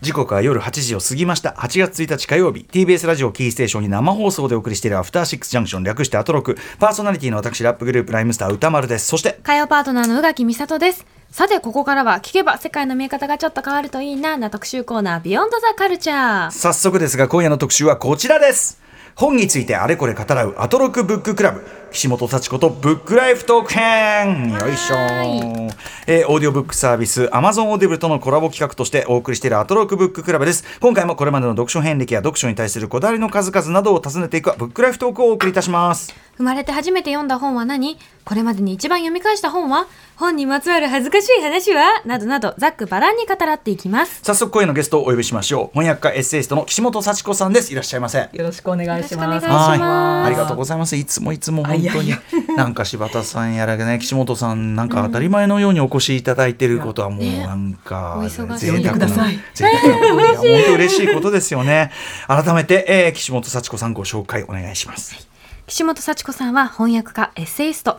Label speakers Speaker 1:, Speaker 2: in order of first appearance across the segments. Speaker 1: 時刻は夜8時を過ぎました8月1日火曜日 TBS ラジオキーステーションに生放送でお送りしているアフターシックスジャンクション略してアトロクパーソナリティの私ラップグループライムスター歌丸ですそして
Speaker 2: 火曜パートナーの宇垣美里です。さて、ここからは聞けば世界の見え方がちょっと変わるといいな、な特集コーナー、ビヨンドザカルチャー。
Speaker 1: 早速ですが今夜の特集はこちらです本についてあれこれ語らうアトロクブッククラブ岸本幸子とブックライフトーク編よいしょ
Speaker 2: は
Speaker 1: えーオーディオブックサービス Amazon オーディブルとのコラボ企画としてお送りしているアトロクブッククラブです今回もこれまでの読書遍歴や読書に対するこだわりの数々などを尋ねていくブックライフトークをお送りいたします
Speaker 2: 生まれて初めて読んだ本は何これまでに一番読み返した本は本にまつわる恥ずかしい話はなどなど、ざっくばらんに語らっていきます。
Speaker 1: 早速声のゲストをお呼びしましょう翻訳家エッセイストの岸本幸子さんですいらっしゃいませ
Speaker 3: よろしくお願いします。
Speaker 2: よろしくお願いします
Speaker 1: はい、
Speaker 2: ます
Speaker 1: ありがとうございます。いつもいつも本当
Speaker 3: あい
Speaker 1: に
Speaker 3: やい
Speaker 1: なんか柴田さんやらね岸本さんなんか当たり前のようにお越しいただいてることはもうなんか
Speaker 2: お忙し
Speaker 1: 贅
Speaker 2: い
Speaker 1: 沢な
Speaker 3: 呼んでください
Speaker 1: 贅沢なことでいや本当嬉しいことですよね。改めて、えー、岸本幸子さんご紹介お願いします。
Speaker 2: 岸本幸子さんは翻訳家、エッセイスト。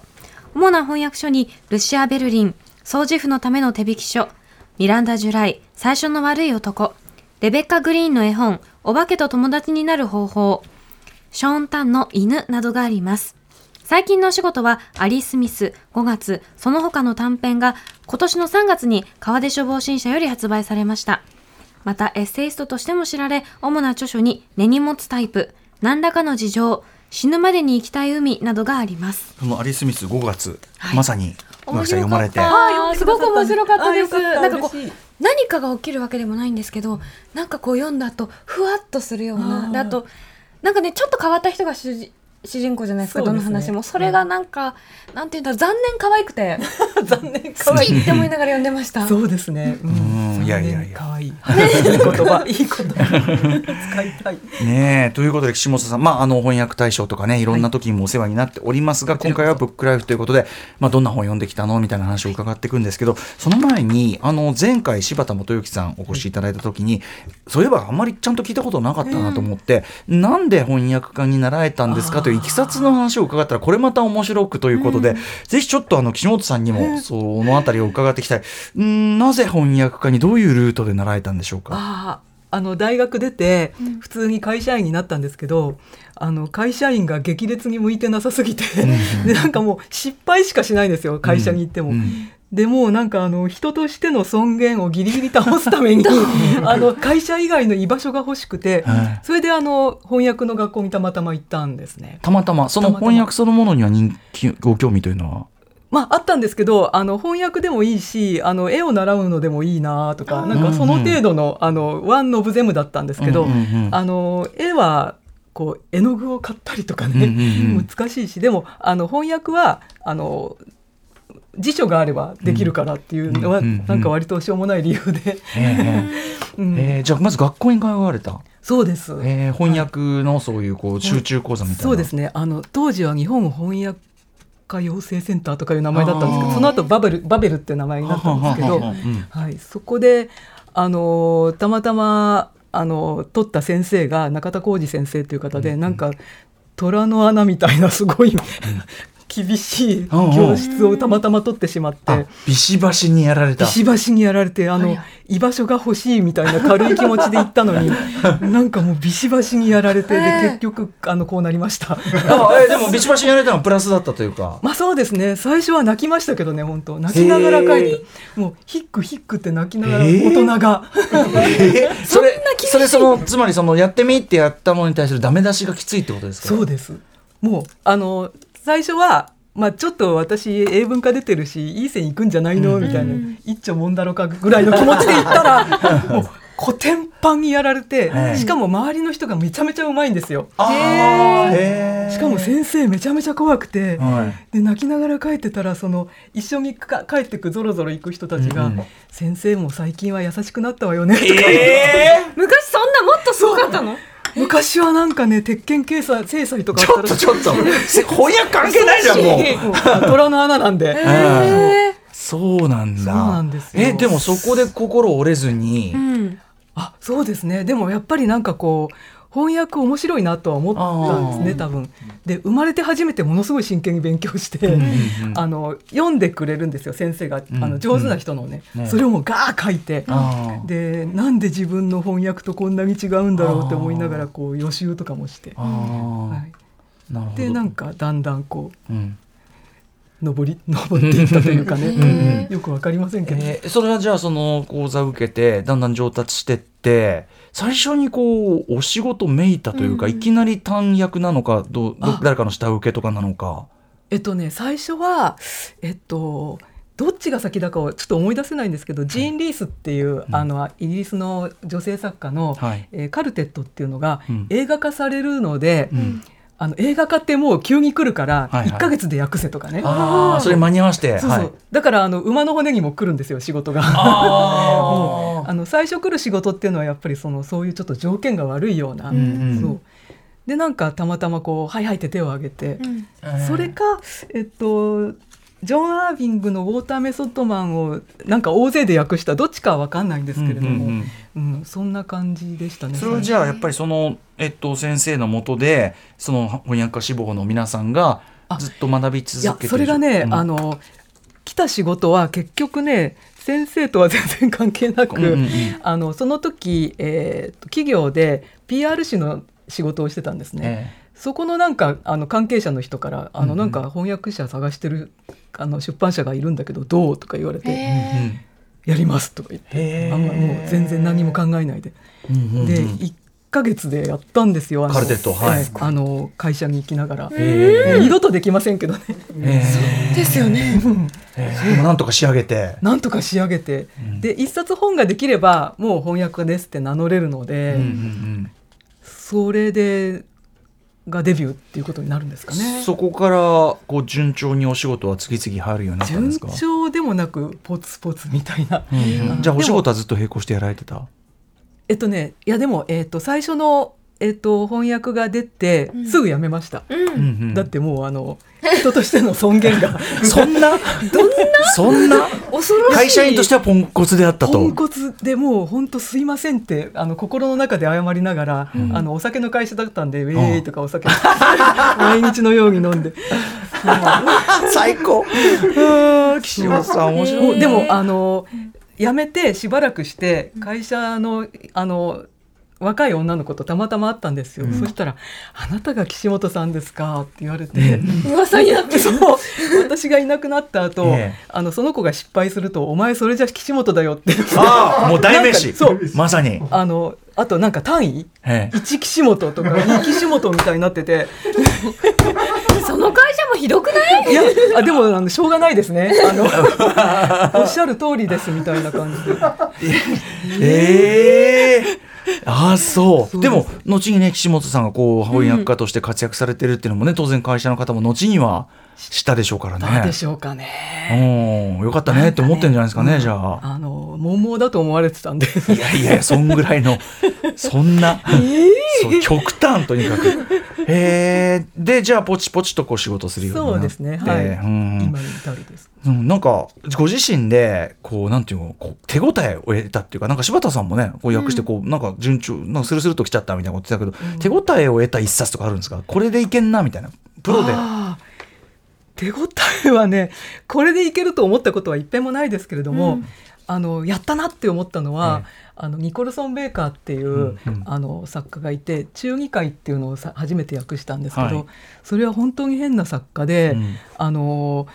Speaker 2: 主な翻訳書に、ルシア・ベルリン、掃除婦のための手引き書、ミランダ・ジュライ、最初の悪い男、レベッカ・グリーンの絵本、お化けと友達になる方法、ショーン・タンの犬などがあります。最近のお仕事は、アリー・スミス、5月、その他の短編が、今年の3月に川出処方新社より発売されました。また、エッセイストとしても知られ、主な著書に、根に持つタイプ、何らかの事情、死ぬまでに行きたい海などがあります。
Speaker 1: そのアリスミス5月、まさに馬木さん読まれて
Speaker 2: あー
Speaker 3: あ
Speaker 2: すごく面白かったです。
Speaker 3: あーよか
Speaker 2: な
Speaker 3: った
Speaker 2: んかこ、
Speaker 3: 嬉しいう
Speaker 2: 何かが起きるわけでもないんですけど、なんかこう読んだ後、ふわっとするような
Speaker 3: あ、ー
Speaker 2: であと、なんかね、ちょっと変わった人が主人主人公じゃないですか、
Speaker 3: そう
Speaker 2: ど
Speaker 3: で
Speaker 2: の
Speaker 3: すね
Speaker 2: 話も。それがなんか、なんていうんだろう、残念可愛くて、
Speaker 3: 残念可
Speaker 2: 好
Speaker 3: 愛い。
Speaker 2: きって思いながら読んでました。
Speaker 3: そうですね。う
Speaker 1: うんいやいやいや
Speaker 3: 可愛い。いい言葉、いい言葉。使いたい。
Speaker 1: ねえということで岸本さん、まあ、あの翻訳大賞とかねいろんな時にもお世話になっておりますが、今回は「ブックライフ」ということで、まあ、どんな本読んできたのみたいな話を伺っていくんですけどその前にあの前回柴田元幸さんお越しいただいた時に、そういえばあんまりちゃんと聞いたことなかったなと思って、なんで翻訳家になられたんですかといういきさつの話を伺ったらこれまた面白くということで、ぜひちょっとあの岸本さんにもそのあたりを伺っていきたい、うん、なぜ翻訳家にどういうルートでなられたんでしょうか。
Speaker 3: ああ。あの大学出て普通に会社員になったんですけど、あの会社員が激烈に向いてなさすぎて、 でなんかもう失敗しかしないんですよ会社に行っても、
Speaker 1: うん
Speaker 3: でもうなんかあの人としての尊厳をギリギリ保つためにあの会社以外の居場所が欲しくて、
Speaker 1: はい
Speaker 3: それであの翻訳の学校にたまたま行ったんですね。
Speaker 1: たまたまその
Speaker 3: たまたま
Speaker 1: 翻訳そのものには人気ご興味というのは
Speaker 3: まああったんですけどあの翻訳でもいいしあの絵を習うのでもいいなとかなんかその程度の,、あのワン・ノブ・ゼムだったんですけど、
Speaker 1: うんうんうん
Speaker 3: あの絵はこう絵の具を買ったりとか
Speaker 1: うん
Speaker 3: ね、
Speaker 1: うんうん
Speaker 3: 難しいしでもあの翻訳はあの辞書があればできるからっていうのは、
Speaker 1: うんうんうんうん
Speaker 3: なんか割としょうもない理由で、
Speaker 1: ええ
Speaker 3: うん
Speaker 1: ええじゃあまず学校に通われた、
Speaker 3: そうです。
Speaker 1: ええ翻訳のそういうこう集中講座みたいな、
Speaker 3: そうですね。あの当時は日本翻訳家養成センターとかいう名前だったんですけ
Speaker 1: あー
Speaker 3: ど、その後バブルバベルって名前になったんですけ
Speaker 1: はは
Speaker 3: ど、
Speaker 1: ははうん
Speaker 3: はい、そこであのたまたまあの取った先生が中田浩二先生という方で、なんか虎の穴みたいなすごい、厳しい教室をたまたま取ってしまって。
Speaker 1: あビシバシにやられた
Speaker 3: ビシバシにやられてあの居場所が欲しいみたいな軽い気持ちで行った のになんかもうビシバシにやられてで結局あのこうなりま した。
Speaker 1: あええでもビシバシにやられたのはプラスだったというか
Speaker 3: まあそうですね最初は泣きましたけどね本当泣きながら帰ってもうヒックヒックって泣きながら
Speaker 1: へー
Speaker 3: 大人が、
Speaker 1: ええそれそれそのつまりそのやってみってやったものに対するダメ出しがきついってことですか
Speaker 3: そうですもうあの最初はまあちょっと私英文化出てるしいい線いくんじゃないのみたいな、一丁もんだろかぐらいの気持ちで言った らもう古典版にやられて、
Speaker 1: はい
Speaker 3: しかも周りの人がめちゃめちゃうまいんですよ。
Speaker 1: ああへえ
Speaker 3: しかも先生めちゃめちゃ怖くて、
Speaker 1: はい
Speaker 3: で泣きながら帰ってたらその一緒にか帰ってくぞろぞろ行く人たちが、
Speaker 1: うん
Speaker 3: 先生も最近は優しくなったわよね」とか、
Speaker 1: え
Speaker 2: 昔そんなもっとすごかったの
Speaker 3: 昔はなんかね鉄拳警察制裁とか
Speaker 1: ち
Speaker 3: あ
Speaker 1: ょ
Speaker 3: っ
Speaker 1: ったと
Speaker 3: ら
Speaker 1: ちょっと せ翻訳関係ないじゃんもう
Speaker 3: もうあ虎の穴なんで。
Speaker 1: ええそうなんだ。
Speaker 3: そうなんですよ
Speaker 1: え、でもそこで心折れずに
Speaker 2: う、ん。
Speaker 3: あそうですねでもやっぱりなんかこう翻訳面白いなとは思ったんですね多分。で生まれて初めてものすごい真剣に勉強して、あの読んでくれるんですよ先生が、あの上手な人のね、
Speaker 1: うんね
Speaker 3: それをもうガー書いて、
Speaker 1: あー
Speaker 3: でなんで自分の翻訳とこんなに違うんだろうって思いながらこう予習とかもして、は
Speaker 1: あーなる
Speaker 3: い、
Speaker 1: ほど
Speaker 3: でなんかだんだんこう
Speaker 1: うん
Speaker 3: 登り登っていったというかね、
Speaker 2: うん
Speaker 3: よくわかりませんけど、
Speaker 1: えーそれはじゃあその講座受けてだんだん上達してって最初にこうお仕事めいたというか、
Speaker 2: うん
Speaker 1: いきなり単役なのかどうど
Speaker 3: あ
Speaker 1: 誰かの下請けとかなのか。
Speaker 3: えっとね最初はえっとどっちが先だかをちょっと思い出せないんですけど、ジーン・リースっていう、
Speaker 1: ん
Speaker 3: あのイギリスの女性作家の、
Speaker 1: はい
Speaker 3: えーカルテットっていうのが
Speaker 1: うん
Speaker 3: 映画化されるので、
Speaker 1: うん
Speaker 3: あの映画化ってもう急に来るから
Speaker 1: はいはい
Speaker 3: 1ヶ月で訳せとかね、
Speaker 1: ああそれ間に合わせて。
Speaker 3: そうそう、
Speaker 1: はい
Speaker 3: だからあの馬の骨にも来るんですよ仕事が。
Speaker 1: あー
Speaker 3: あの最初来る仕事っていうのはやっぱりそのそういうちょっと条件が悪いような、
Speaker 1: うんうん
Speaker 3: そうでなんかたまたまこう「はいはい」って手を挙げて、
Speaker 2: うん
Speaker 3: それかえっとジョン・アービングの「ウォーターメソッドマン」をなんか大勢で訳したどっちかは分かんないんですけれども、
Speaker 1: う
Speaker 3: うんん
Speaker 1: うん
Speaker 3: そんな感じでしたね。
Speaker 1: それはじゃあやっぱりその、えっと、先生のもとでその翻訳家志望の皆さんが
Speaker 3: あ
Speaker 1: ずっと学び
Speaker 3: い
Speaker 1: 続
Speaker 3: や
Speaker 1: けてる
Speaker 3: それがね、
Speaker 1: うん
Speaker 3: あの来た仕事は結局ね先生とは全然関係なく、
Speaker 1: うんうんうん
Speaker 3: あのその時、えーと企業で PR 誌の仕事をしてたんですね。
Speaker 1: え
Speaker 3: そこのなんかあの関係者の人からあ
Speaker 1: うんう
Speaker 3: の
Speaker 1: ん
Speaker 3: なんか翻訳者探してるあの出版社がいるんだけどどうとか言われて
Speaker 1: え
Speaker 2: へ
Speaker 3: やりますとか言っ
Speaker 1: へ
Speaker 3: て
Speaker 1: ー
Speaker 3: あんまもう全然何も考えないで
Speaker 1: うんうんうんうん
Speaker 3: で1ヶ月でやったんですよあの
Speaker 1: カルテットはい
Speaker 3: ええあの会社に行きながら
Speaker 1: へー
Speaker 3: 二度とできませんけどね
Speaker 1: え
Speaker 2: ーですよ ね。
Speaker 1: えええでもなんとか仕上げて。
Speaker 3: なんとか仕上げて
Speaker 1: うん
Speaker 3: で一冊本ができればもう翻訳家ですって名乗れるので
Speaker 1: うんうん
Speaker 3: それでがデビューっていうことになるんです
Speaker 1: う
Speaker 3: か
Speaker 1: ん
Speaker 3: ね。
Speaker 1: そこからこう順調にお仕事は次々入るようになったんで
Speaker 3: 順
Speaker 1: すか、
Speaker 3: 調でもなくポツポツみたいな。
Speaker 1: うんうん
Speaker 3: うん
Speaker 1: じゃあお仕事はずっと並行してやられてた
Speaker 3: えっとね、いやでも、えっと、最初の、えっと、翻訳が出て
Speaker 2: うん、
Speaker 3: すぐ辞めました。
Speaker 2: う
Speaker 1: うん
Speaker 2: ん。
Speaker 1: うん
Speaker 3: だってもう、あの、人としての尊厳が、
Speaker 1: そんな そんな
Speaker 2: 恐ろしい。
Speaker 1: 会社員として
Speaker 2: は。
Speaker 1: はポンコツであったと
Speaker 3: ポンコツでもう、本当すいませんって、あの、心の中で謝りながら、
Speaker 1: ん
Speaker 3: あの、お酒の会社だったんで、ウェ
Speaker 1: う
Speaker 3: ー
Speaker 1: ん
Speaker 3: イとかお酒、毎日のように飲んで。
Speaker 1: 最高
Speaker 3: あーきし
Speaker 1: 島さん面
Speaker 2: 白い
Speaker 3: でもあの辞めてしばらくして会社のあの若い女の子とたまたま会ったんですよ、そしたら「あなたが岸本さんですか?」って言われて、
Speaker 2: 噂になって
Speaker 3: そう
Speaker 2: る。
Speaker 3: 私がいなくなった後、
Speaker 1: ええ
Speaker 3: あのその子が失敗すると「お前それじゃ岸本だよ」って
Speaker 1: ああもう代名詞
Speaker 3: なんかそう
Speaker 1: まさに、
Speaker 3: あのあとなんか単位
Speaker 1: ええ
Speaker 3: 1岸 本とか2岸本みたいになってて
Speaker 2: その会社もひどくない？
Speaker 3: いやあでもあのしょうがないですねあの おっしゃる通りですみたいな感じで。
Speaker 1: ええああそう
Speaker 3: そうで
Speaker 1: で
Speaker 3: す
Speaker 1: も後にね岸本さんがこう翻訳家として活躍されてるっていうのもね、当然会社の方も後にはしたでしょうから
Speaker 3: どう
Speaker 1: ね
Speaker 3: でしょうかね。
Speaker 1: うんよかったねって思ってんじゃないですかねじゃあ。
Speaker 3: あの、文盲だと思われてたんで。
Speaker 1: いやいやそんぐらい のそんな、そう極端とにかくええでじゃあポチポチとこう仕事するようにな
Speaker 3: そ
Speaker 1: っ
Speaker 3: う
Speaker 1: て
Speaker 3: ですね。はい。
Speaker 1: うん
Speaker 3: 今に至るです。
Speaker 1: うん、なんかご自身でこうなんていうのこう手応えを得たっていうかなんか柴田さんもねこう訳してこう、なんか順調なんかスルスルと来ちゃったみたいなこと言ってたけど、手応えを得た一冊とかあるんですかこれでいけんなみたいなプロで
Speaker 3: あー。手応えはね、これでいけると思ったことは一遍もないですけれども、
Speaker 2: うん
Speaker 3: あの、やったなって思ったのは、あのニコルソン・ベーカーっていう、
Speaker 1: うんうん
Speaker 3: あの作家がいて中議会っていうのをさ初めて訳したんですけど、
Speaker 1: はい
Speaker 3: それは本当に変な作家で、
Speaker 1: うん
Speaker 3: あの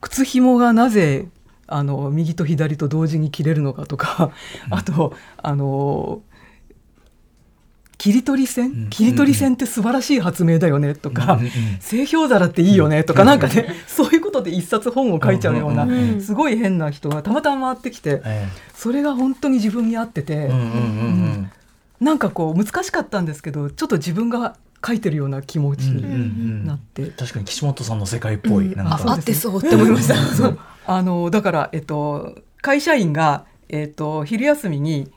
Speaker 3: 靴紐がなぜあの右と左と同時に切れるのかとか、あとあの切り取り線、
Speaker 1: ん
Speaker 3: 切り取り線って素晴らしい発明だよねとか、
Speaker 1: うんうんうん
Speaker 3: 製氷皿っていいよねとか、なんかね、そういうことで一冊本を書いちゃうような、
Speaker 1: うん
Speaker 2: うんうん
Speaker 3: すごい変な人がたまたま回ってきて、
Speaker 1: え
Speaker 3: それが本当に自分に合ってて。
Speaker 1: えうんうんうん
Speaker 3: なんかこう難しかったんですけどちょっと自分が書いてるような気持ち
Speaker 1: うんうんう
Speaker 3: に
Speaker 1: ん
Speaker 3: なって、
Speaker 1: 確かに岸本さんの世界っぽい、
Speaker 2: うん
Speaker 1: なん
Speaker 3: あ
Speaker 1: か
Speaker 3: あ
Speaker 2: うって思いました。
Speaker 3: そうあのだから、えっと、会社員が、えっと、昼休みに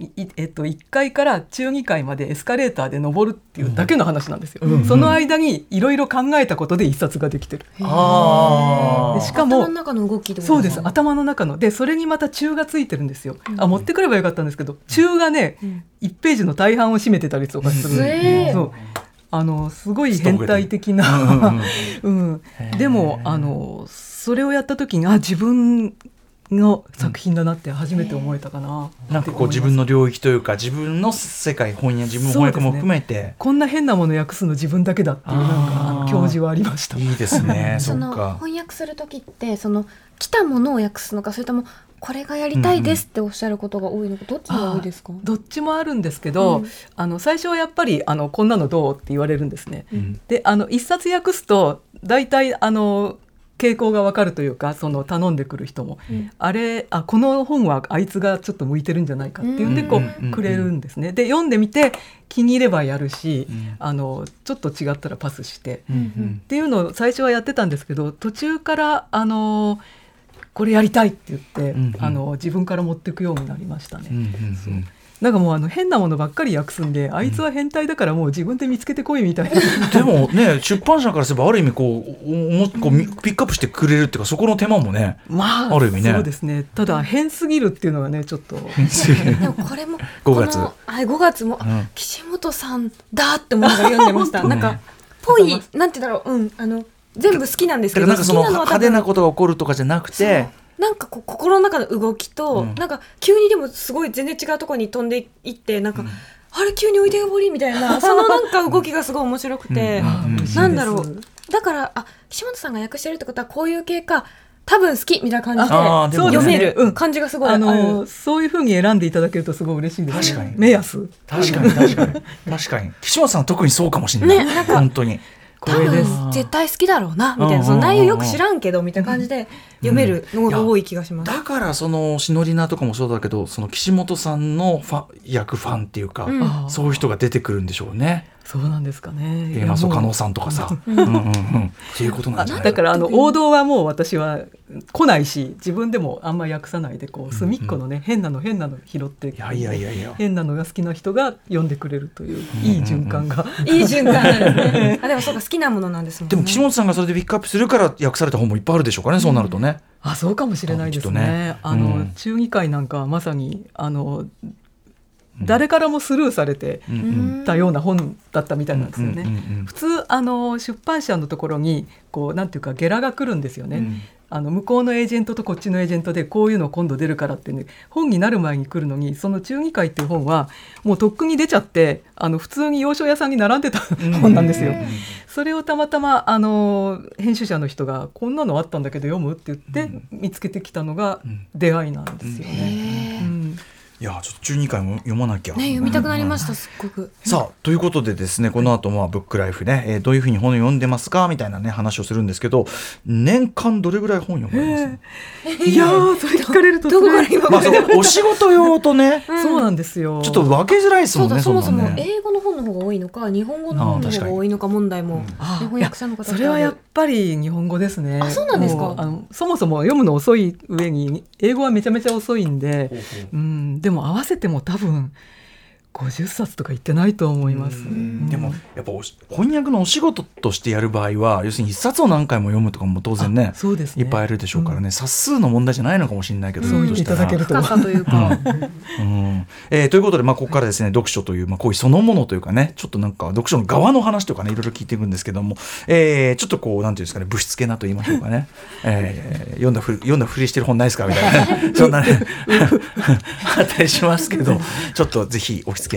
Speaker 3: いえっと、1階から中2階までエスカレーターで登るっていうだけの話なんですよ、その間にいろいろ考えたことで一冊ができてる、
Speaker 1: あ
Speaker 3: で
Speaker 1: ー
Speaker 3: しか
Speaker 2: 頭
Speaker 3: も
Speaker 2: の中の動きってこと
Speaker 3: そうです
Speaker 2: か
Speaker 3: 頭の中のでそれにまた中がついてるんですよ、あ持ってくればよかったんですけど中がね、
Speaker 2: ん
Speaker 3: 1ページの大半を占めてたりとかする、
Speaker 2: へー
Speaker 3: そうあのすごい変態的な、 うん、でもあのそれをやった時にあ自分の作品だなって初めて思えたかな、
Speaker 1: なんかこう自分
Speaker 3: の
Speaker 1: の領域というか自分の世界本や自分の翻訳も含めて、
Speaker 3: こんな変なもの訳すの自分だけだっていうなんかあの
Speaker 1: あー
Speaker 3: 教授はありました
Speaker 1: いいです ねそ
Speaker 2: そ
Speaker 1: っ
Speaker 2: の
Speaker 1: か
Speaker 2: 翻訳する時ってその来たものを訳すのかそれともこれがやりたいですっておっしゃることが多いのかどっちが多いですか、
Speaker 3: どっちもあるんですけ
Speaker 2: う
Speaker 3: ど、
Speaker 2: ん
Speaker 3: あの最初はやっぱりあのこんなのどうって言われるんですね。
Speaker 1: うん
Speaker 3: であの一冊訳すと大体あの傾向がわかるというかその頼んでくる人も、
Speaker 2: うん
Speaker 3: あれあこの本はあいつがちょっと向いてるんじゃないかっていうんでこ
Speaker 1: うんうんうんうん
Speaker 3: うくれるんですね。で読んでみて気に入ればやるし、
Speaker 1: うん
Speaker 3: あのちょっと違ったらパスして
Speaker 1: うんうん
Speaker 3: っていうのを最初はやってたんですけど途中からあのこれやりたいって言って、
Speaker 1: うんうん
Speaker 3: あの自分から持っていくようになりましたね。
Speaker 1: うんうんうん
Speaker 3: なんかもうあの変なものばっかり訳すんで、あいつは変態だからもう自分で見つけてこいみたいな。
Speaker 1: でもね出版社からすればある意味こうおもこうみピックアップしてくれるっていうかそこの手間も ね
Speaker 3: まあ、
Speaker 1: ある意味ね
Speaker 3: そうですね。ただ変すぎるっていうのがね、ちょっと。
Speaker 2: でもこれも
Speaker 1: 五月
Speaker 2: このはい5月も、
Speaker 1: うん
Speaker 2: あ岸本さんだって思いながら読んでました、
Speaker 1: 本当
Speaker 2: なんかぽいなんて言うんだろううんあの全部好きなんです
Speaker 1: だか
Speaker 2: け
Speaker 1: ら
Speaker 2: ど
Speaker 1: なんかその
Speaker 2: 好きなのは
Speaker 1: 派
Speaker 2: 多分
Speaker 1: 手なことが起こるとかじゃなくて
Speaker 2: なんかこう心の中の動きと、
Speaker 1: うん
Speaker 2: なんか急にでもすごい全然違うところに飛んでいってなんか、あれ急に置いてけぼりみたい なそのなんか動きがすごい面白くて、
Speaker 1: うん
Speaker 3: あー
Speaker 1: うん
Speaker 2: なんだろ。
Speaker 3: 嬉しいで
Speaker 2: う
Speaker 3: す
Speaker 2: だからあ岸本さんが訳してるってことはこういう系か多分好きみたいな感じで
Speaker 1: あーでもね
Speaker 2: 読め
Speaker 3: そうですねう
Speaker 2: る
Speaker 3: ん
Speaker 2: 感じがすごい
Speaker 3: あ
Speaker 2: あの
Speaker 3: の、そういうふうに選んでいただけるとすごい嬉しいです、ね。
Speaker 1: 確かに
Speaker 3: 目安。
Speaker 1: 確かに確かに確かに岸本さんは特にそうかもしれない、
Speaker 2: ねなんか
Speaker 1: 本当に
Speaker 2: 多
Speaker 3: 光栄です。
Speaker 2: 分絶対好きだろうなみたい
Speaker 1: うん
Speaker 2: なその内容よく知らんけどみたいな感じで読めるのが多い気がします。
Speaker 1: だからそのシノリナとかもそうだけどその岸本さんのファ役ファンっていうか、
Speaker 2: うん
Speaker 3: あー
Speaker 1: そういう人が出てくるんでしょうね。
Speaker 3: そうなんですかね。
Speaker 1: えーまあそう加納
Speaker 3: さ
Speaker 1: さんとかさ、うんうんうん、っていうことなんじゃない
Speaker 3: だからあの王道はもう私は来ないし自分でもあんま訳さないでこう隅っこのね、変なの変なの拾って
Speaker 1: いやいやいやいや。
Speaker 3: 変なのが好きな人が読んでくれるといういい循 環が、
Speaker 2: いい循環なんですね。あでもそうか好きなものなんですもんね。
Speaker 1: でも岸本さんがそれでピックアップするから訳された本もいっぱいあるでしょうかね、そうなるとね。
Speaker 3: あそうかもしれないですね。
Speaker 1: あきっとね
Speaker 3: あの、
Speaker 1: うん
Speaker 3: 中議会なんかはまさにあの誰からもスルーされて
Speaker 1: うん
Speaker 2: うん
Speaker 3: たような本だったみたいなんですよね。
Speaker 1: うんうんうんうん
Speaker 3: 普通あの出版社のところにこうなんていうかゲラが来るんですよね。
Speaker 1: うん
Speaker 3: あの向こうのエージェントとこっちのエージェントでこういうの今度出るからってね本になる前に来るのにその中議会っていう本はもうとっくに出ちゃってあの普通に洋書屋さんに並んでた本なんですよ。それをたまたまあの編集者の人が「こんなのあったんだけど読む?」って言って見つけてきたのが
Speaker 1: ん
Speaker 3: 出会いなんですよね。
Speaker 2: へ
Speaker 3: う
Speaker 2: ー
Speaker 3: ん
Speaker 1: いやちょっと中二回も読まなきゃ。
Speaker 2: ね読みたくなりましたすっごく。
Speaker 1: さあということでですねこの後まあブックライフね、えーどういうふうに本を読んでますかみたいなね話をするんですけど年間どれぐらい本読まれます、
Speaker 3: いやーそれ聞かれると
Speaker 2: どこから
Speaker 3: すごい
Speaker 1: ま
Speaker 2: 今ま
Speaker 1: あ
Speaker 2: で
Speaker 1: そ。うお仕事用とね
Speaker 2: うん
Speaker 3: そうなんですよ。
Speaker 1: ちょっと分けづらいです
Speaker 2: そ
Speaker 1: も
Speaker 2: うんだ
Speaker 1: ね
Speaker 2: そもそ
Speaker 1: んな
Speaker 2: も
Speaker 1: んね
Speaker 2: 英語の本の方が多いのか日本語の本の方が多いのか問題もね
Speaker 3: あー
Speaker 2: 翻訳者の方ってあ
Speaker 3: そ
Speaker 2: る
Speaker 3: れはやっぱり日本語ですね。
Speaker 2: あそうなんですか
Speaker 3: もうあのそもそも読むの遅い上に英語はめちゃめちゃ遅いんで、うん、でも合わせても多分50冊とか言ってないと思います。
Speaker 1: でもやっぱおし翻訳のお仕事としてやる場合は要するに一冊を何回も読むとかも当然ね
Speaker 3: あそうですね
Speaker 1: いっぱいあるでしょうからね、冊数の問題じゃないのかもしれないけど
Speaker 3: そう言って
Speaker 1: ひょとし
Speaker 3: い
Speaker 1: たら
Speaker 3: だけると
Speaker 2: 深さというか。
Speaker 1: うんえーということで、まあ、ここからですね、読書という、まあ、行為そのものというかね、ちょっとなんか読書の側の話とかね、いろいろ聞いていくんですけども、えーちょっとこう、なんていうんですかね、ぶしつけなと言いましょうかね、えー読んだふり読んだふりしてる本ないですかみたいな ね、そんなね、 あったりしますけど、ちょっとぜひお付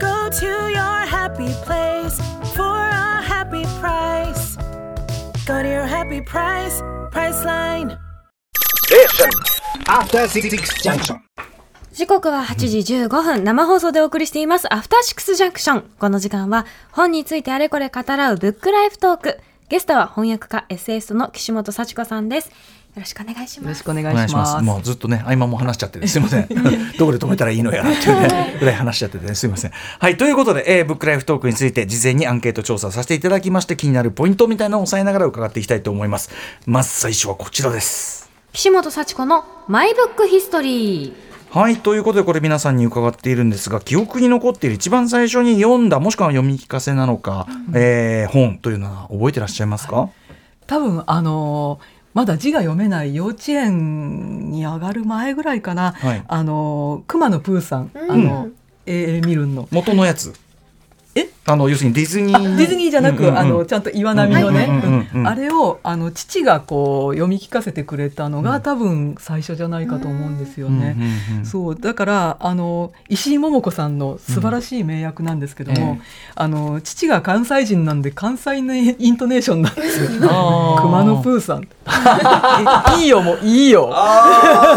Speaker 4: Go to your happy place for a happy price. Go to your happy price, Priceline.
Speaker 5: After Six Junction.
Speaker 2: 時刻は8時15分、生放送でお送りしています、アフターシックスジャンクション。この時間は、本についてあれこれ語らうブックライフトーク。ゲストは翻訳家、エッセイストの岸本幸子さんです。よろしくお願いし
Speaker 3: よ
Speaker 2: ま
Speaker 3: ろ
Speaker 2: す
Speaker 3: し。くお願
Speaker 1: お願
Speaker 3: い
Speaker 1: い
Speaker 3: し
Speaker 1: し
Speaker 3: ま
Speaker 1: ます
Speaker 3: す。
Speaker 1: もうずっとね合間も話しちゃっててすいませ んどこで止めたらいいのやらっていうねぐらい話しちゃってて、ね、すいませんはいということで、えーブックライフトークについて事前にアンケート調査させていただきまして気になるポイントみたいなのを押さえながら伺っていきたいと思いますまず最初はこちらです
Speaker 2: 岸本幸子のマイブックヒストリー。
Speaker 1: はいということでこれ皆さんに伺っているんですが記憶に残っている一番最初に読んだもしくは読み聞かせなのか、えー本というのは覚えてらっしゃいますか、
Speaker 3: 多分あのーまだ字が読めない幼稚園に上がる前ぐらいかな、
Speaker 1: はい
Speaker 3: あのー熊野プーさん、あのエーミルンの
Speaker 1: 元のやつ
Speaker 3: え
Speaker 1: あの要するにディズニ
Speaker 3: あ
Speaker 1: ー
Speaker 3: ディズニーじゃな
Speaker 1: うんうんう
Speaker 3: く
Speaker 1: ん
Speaker 3: あのちゃんと岩波のね
Speaker 1: うんうんうんうん
Speaker 3: うんあれをあの父がこう読み聞かせてくれたのが多分最初じゃないかと思うんですよね。
Speaker 1: うんうんうん
Speaker 3: そうだからあの石井桃子さんの素晴らしい名役なんですけども、
Speaker 1: うんえ
Speaker 3: あの父が関西人なんで関西のイントネーションなんですよ。
Speaker 1: あー
Speaker 3: 熊野プーさん えいいよもういいよ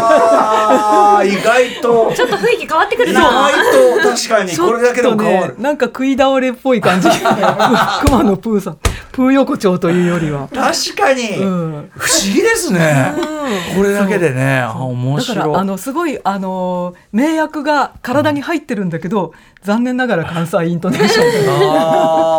Speaker 1: あー意外と
Speaker 2: ちょっと雰囲気変わってく
Speaker 1: 意
Speaker 2: るな。
Speaker 1: 外と確かにこれだけでも変わ
Speaker 3: ちょっと
Speaker 1: る、
Speaker 3: ねなんか食い倒れっぽい感じ 熊野プーさんプー横丁というよりは。
Speaker 1: 確かに、
Speaker 3: うん
Speaker 1: 不思議ですね、これだけでねあ面
Speaker 3: だか
Speaker 1: 白い
Speaker 3: らあのすごいあの名役が体に入ってるんだけど、残念ながら関西イントネーションが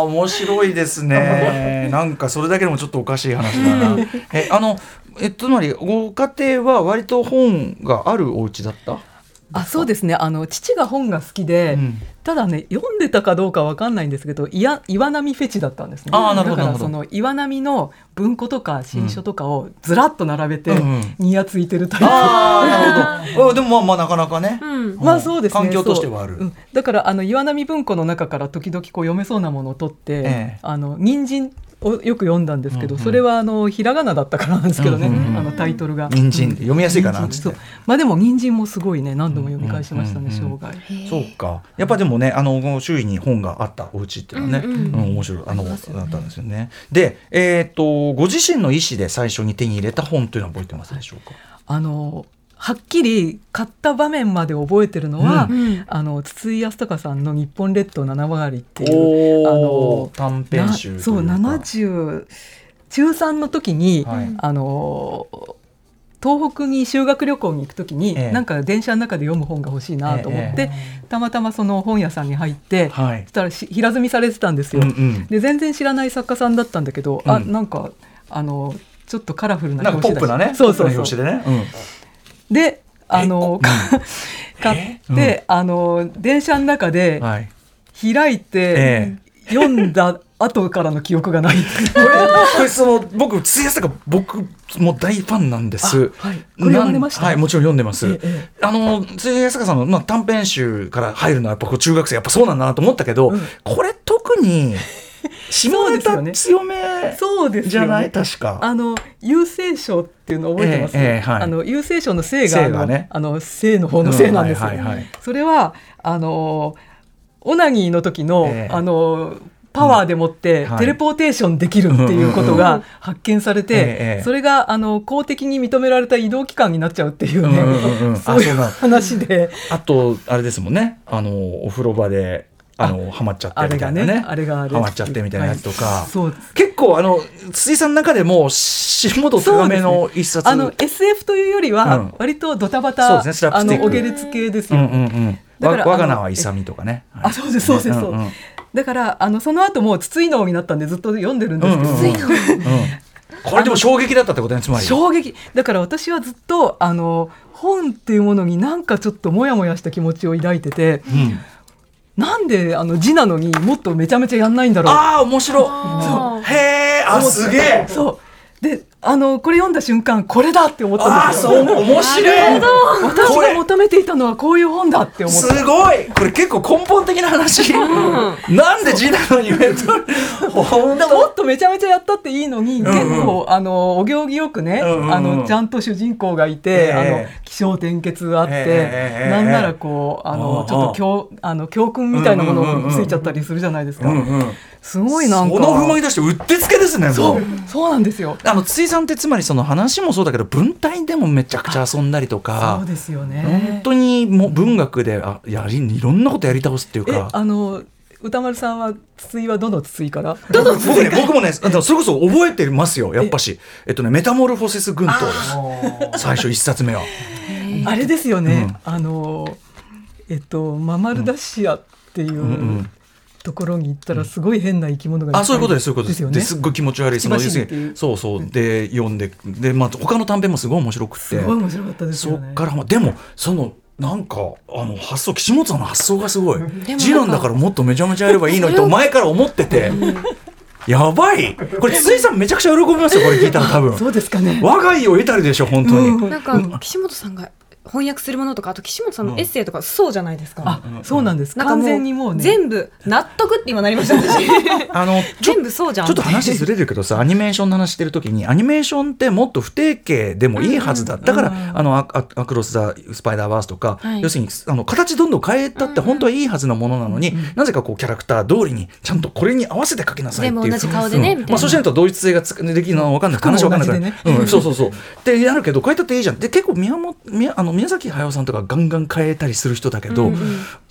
Speaker 1: あー面白いですねなんかそれだけでもちょっとおかしい話だなえあのえつまりご家庭は割と本があるお家だった
Speaker 3: あそうですねあの父が本が好きで、
Speaker 1: うん
Speaker 3: ただね読んでたかどうかわかんないんですけどいや岩波フェチだったんですね
Speaker 1: あーなるほど
Speaker 3: だか
Speaker 1: なる
Speaker 3: ら
Speaker 1: ほど
Speaker 3: その岩波の文庫とか新書とかをずらっと並べて、
Speaker 1: うんうん
Speaker 3: にやついてるタイプ。
Speaker 1: ああなるほどあでもまあまあなかなかね、
Speaker 2: うん。
Speaker 3: まあそうですね、
Speaker 1: 環境としてはある
Speaker 3: そううんだからあの岩波文庫の中から時々こう読めそうなものを取って、
Speaker 1: ええ
Speaker 3: あの人参をよく読んだんですけど、
Speaker 1: うんうん
Speaker 3: それはあのひらがなだったからなんですけどね、
Speaker 1: うんうんうん
Speaker 3: あのタイトルが
Speaker 1: 人参って読みやすいかな
Speaker 3: うん
Speaker 1: つって
Speaker 3: そうまあでも人参もすごいね何度も読み返しましたね、
Speaker 1: うんうんうんうん
Speaker 3: 生涯
Speaker 1: そうか。やっぱでもね、あの周囲に本があったお家っていうのはね、
Speaker 2: う
Speaker 1: うんん
Speaker 2: うん
Speaker 1: 面白いあの
Speaker 3: り
Speaker 1: だ
Speaker 3: ま
Speaker 1: っ
Speaker 3: すよね
Speaker 1: たんですよね。で、えっ、とご自身の意思で最初に手に入れた本というのは覚えてますでしょうか。
Speaker 3: あのはっきり買った場面まで覚えてるのは、
Speaker 2: うんうん
Speaker 3: あの筒井康隆さんの「日本列島七割」っていう
Speaker 1: お
Speaker 3: あ
Speaker 1: お
Speaker 3: の
Speaker 1: ー。短編集とい
Speaker 3: な
Speaker 1: か。
Speaker 3: そう70中3の時に、
Speaker 1: はい。
Speaker 3: あの東北に修学旅行に行くときに、
Speaker 1: ええ
Speaker 3: なんか電車の中で読む本が欲しいなと思って、
Speaker 1: え
Speaker 3: たまたまその本屋さんに入って、
Speaker 1: はい
Speaker 3: そし。たらし平積みされてたんです
Speaker 1: うん
Speaker 3: よ。
Speaker 1: うん。
Speaker 3: で全然知らない作家さんだったんだけど、あ
Speaker 1: うん
Speaker 3: なんかあのちょっとカラフルな
Speaker 1: なんかポ
Speaker 3: 表
Speaker 1: ップな
Speaker 3: 紙だ
Speaker 1: ね、
Speaker 3: しそうそう
Speaker 1: ポップな
Speaker 3: そう
Speaker 1: 表紙でね。うん。
Speaker 3: であのか 買って、
Speaker 1: え
Speaker 3: あの電車の中で
Speaker 1: はい。
Speaker 3: 開いて、
Speaker 1: え
Speaker 3: 読んだ後からの記憶 がない。
Speaker 1: これこれその僕つやさが僕もう大ファンなんです。
Speaker 3: あはいこれ読まれました
Speaker 1: なんはいもちろん読んでます。
Speaker 3: ええ
Speaker 1: あのつやささんのまあ短編集から入るのはやっぱこう中学生やっぱそうなんだなと思ったけど、
Speaker 3: うん
Speaker 1: これ特に下ネ
Speaker 3: そう
Speaker 1: タ
Speaker 3: です
Speaker 1: 強め
Speaker 3: そうですよね
Speaker 1: じゃない、確か。
Speaker 3: あの郵政省っていうの覚えてます、
Speaker 1: ええええはい
Speaker 3: あの郵政省の性が
Speaker 1: 姓がね
Speaker 3: あのあの性の方の性なんですよ、
Speaker 1: うんはいはいはい
Speaker 3: それはあのオナニーの時の、
Speaker 1: ええ
Speaker 3: あのパワーでもって
Speaker 1: うんはい
Speaker 3: テレポーテーションできるっていうこと
Speaker 1: うんうん
Speaker 3: が発見されて、
Speaker 1: ええええ
Speaker 3: それがあの公的に認められた移動機関になっちゃうっていうね、
Speaker 1: うんうんうんうんあ
Speaker 3: そうい
Speaker 1: そう
Speaker 3: う
Speaker 1: だ
Speaker 3: 話で
Speaker 1: あとあれですもんね。あのお風呂場であのハマっちゃって
Speaker 3: あれ
Speaker 1: みた
Speaker 3: が
Speaker 1: いな
Speaker 3: ね
Speaker 1: ね。
Speaker 3: あれがあれ
Speaker 1: ハマっちゃってみたいなやつとか。
Speaker 3: はいそう
Speaker 1: 結構あの辻さんの中でも下本高めの一冊
Speaker 3: あの SF というより
Speaker 1: う
Speaker 3: は
Speaker 1: ん
Speaker 3: 割とドタバ
Speaker 1: そう
Speaker 3: タ、
Speaker 1: ですねスラップ
Speaker 3: あ
Speaker 1: スティッ
Speaker 3: の
Speaker 1: ク
Speaker 3: お下劣系です
Speaker 1: う
Speaker 3: よ、
Speaker 1: んうんうん
Speaker 3: だから
Speaker 1: わ我が
Speaker 3: あの
Speaker 1: 名は勇みとかね。はい
Speaker 3: あそうですそうですそう、
Speaker 1: んんうん
Speaker 3: だからあのその後もう筒井のになったんでずっと読んでるんですけど、
Speaker 1: うんうんうんうんこれでも衝撃だったってことねつまり。
Speaker 3: 衝撃だから私はずっとあの本っていうものになんかちょっとモヤモヤした気持ちを抱いてて、
Speaker 1: うん
Speaker 3: なんであの字なのにもっとめちゃめちゃやんないんだろう
Speaker 1: ああ面白い。へえあすげえ。
Speaker 3: そうであのこれ読んだ瞬間これだって思った
Speaker 1: あ
Speaker 3: ん
Speaker 1: あ
Speaker 3: ですよ
Speaker 1: そう面白い。
Speaker 3: 私
Speaker 1: こ
Speaker 3: が
Speaker 1: れ
Speaker 3: 求めていたのはこういう本だって思っ
Speaker 1: す
Speaker 3: た
Speaker 1: ごいこれ結構根本的な話。なんで字なのにメントル。ほん
Speaker 3: だからもっとめちゃめちゃやったっていいのに、
Speaker 1: んうん
Speaker 3: 結構あのお行儀よくね、
Speaker 1: うんうんうん
Speaker 3: あのちゃんと主人公がいて、
Speaker 1: ええ
Speaker 3: あの気象転結あって、
Speaker 1: ええ
Speaker 3: なんならこうあの、
Speaker 1: ああ
Speaker 3: ちょっと教あの教訓みたいなも
Speaker 1: うんうんうんう
Speaker 3: の
Speaker 1: ん
Speaker 3: ついちゃったりするじゃないですか、
Speaker 1: うんうん。
Speaker 3: すごいなんか
Speaker 1: その不満に出してうってつけですね。
Speaker 3: そ
Speaker 1: も
Speaker 3: う
Speaker 1: う
Speaker 3: そうなんですよ
Speaker 1: あの辻さんってつまりその話もそうだけど文体でもめちゃくちゃ遊んだりとか。
Speaker 3: そうですよね
Speaker 1: 本当ににもう文学であやりいろんなことやり倒すっていう
Speaker 3: え
Speaker 1: か。
Speaker 3: あの歌丸さんは筒井はどの筒井から
Speaker 1: 僕ね、僕もね、あのそれこそ覚えてますよ、やっぱし。えっとね、メタモルフォセス群島です。最初一冊目は。
Speaker 3: あれですよね、あのえっとママルダシアっていう、
Speaker 1: ん
Speaker 3: ところに行ったらすごい変な生き物がいっぱ
Speaker 1: あ、そういうことです、そういうことです。
Speaker 3: よね。
Speaker 1: ですっごい気持ち悪い、その、
Speaker 3: 千葉市
Speaker 1: 要
Speaker 3: って
Speaker 1: する
Speaker 3: い
Speaker 1: に
Speaker 3: う
Speaker 1: そうそう、で、読んで、で、まあ、他の短編もすごい面白くて。
Speaker 3: すごい面白かったです
Speaker 1: そ
Speaker 3: よ
Speaker 1: っ
Speaker 3: ね。
Speaker 1: から、まあ、でも、その、なんか、あの、発想、岸本さんの発想がすごい。ジロンだからもっとめちゃめちゃやればいいのにと、前から思ってて。やばいこれ、筒井さんめちゃくちゃ喜びますよ、これ聞いたら多
Speaker 3: そう
Speaker 1: 分。
Speaker 3: ですかね。
Speaker 1: 我が家を得たりでしょ、本当に。
Speaker 2: なんか岸本さんが翻訳するものとかあと岸本さんのエッセイとかそうじゃないですか。
Speaker 3: あ、そうなんです。
Speaker 2: なんか
Speaker 3: 完全にもうね。
Speaker 2: 全部納得って今なりました私
Speaker 1: あの、ちょ
Speaker 2: 全部そうじゃん
Speaker 1: ちょっと話ずれるけどさ、アニメーションの話してるときに、アニメーションってもっと不定形でもいいはずだ。だから、あの、アアアクロス・ザ・スパイダーバースとか、
Speaker 2: はい
Speaker 1: 要するに、あの、形どんどん変えたって本当はいいはずなものなのに、なぜかこう、キャラクター通りに、ちゃんとこれに合わせて描きなさいっていう。
Speaker 2: 全部同じ顔でね
Speaker 1: うん
Speaker 2: みたいな
Speaker 1: まあ、そうしないと同一性がつくできるのは分かんない。
Speaker 3: 服も
Speaker 1: 話分かんなくな
Speaker 3: 同
Speaker 1: る
Speaker 3: じ。で ね
Speaker 1: うん、そうそうそう。ってやるけど、変えたっていいじゃん。で、結構宮本、宮あの宮崎駿さんとかガンガン変えたりする人だけど、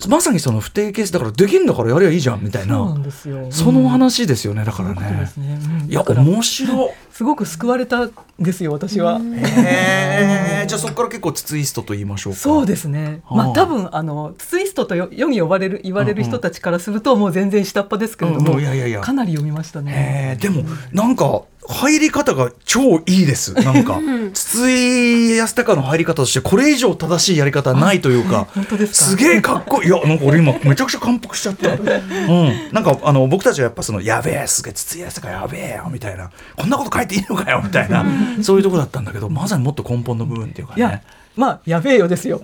Speaker 1: まさにその不定形だから、できんだからやりゃいいじゃん、みたいな。
Speaker 3: そうなんですよ。
Speaker 1: その
Speaker 3: うん
Speaker 1: 話ですよね、だから
Speaker 3: そうで
Speaker 1: ね
Speaker 3: す。ね。うん
Speaker 1: いや、
Speaker 3: だから
Speaker 1: 面 白い。
Speaker 3: すごく救われたんですよ私は。
Speaker 1: へえ、じゃあそこから結構ツツイストと言いましょうか。
Speaker 3: そうですね。ま
Speaker 1: は
Speaker 3: あ
Speaker 1: あ
Speaker 3: 多分あのツイストとよ世に呼ばれる言われる人たちからするともう全然下っ端ですけれど
Speaker 1: うんう
Speaker 3: も、
Speaker 1: んいやいやいや
Speaker 3: かなり読みましたね。
Speaker 1: へえ、でも、なんか、入り方が超いいです。なんか、筒井康隆の入り方として、これ以上正しいやり方はないというか、
Speaker 3: 本当ですか
Speaker 1: げえかっこいい。いや、なんか俺今、めちゃくちゃ感服しちゃ った。うん。なんか、あの、僕たちはやっぱその、やべえ、すげえ、筒井康隆やべえよ、みたいな。こんなこと書いていいのかよ、みたいな。そういうとこだったんだけど、まさにもっと根本の部分っていうか
Speaker 3: い
Speaker 1: ね。
Speaker 3: やまあやべえよで すよ。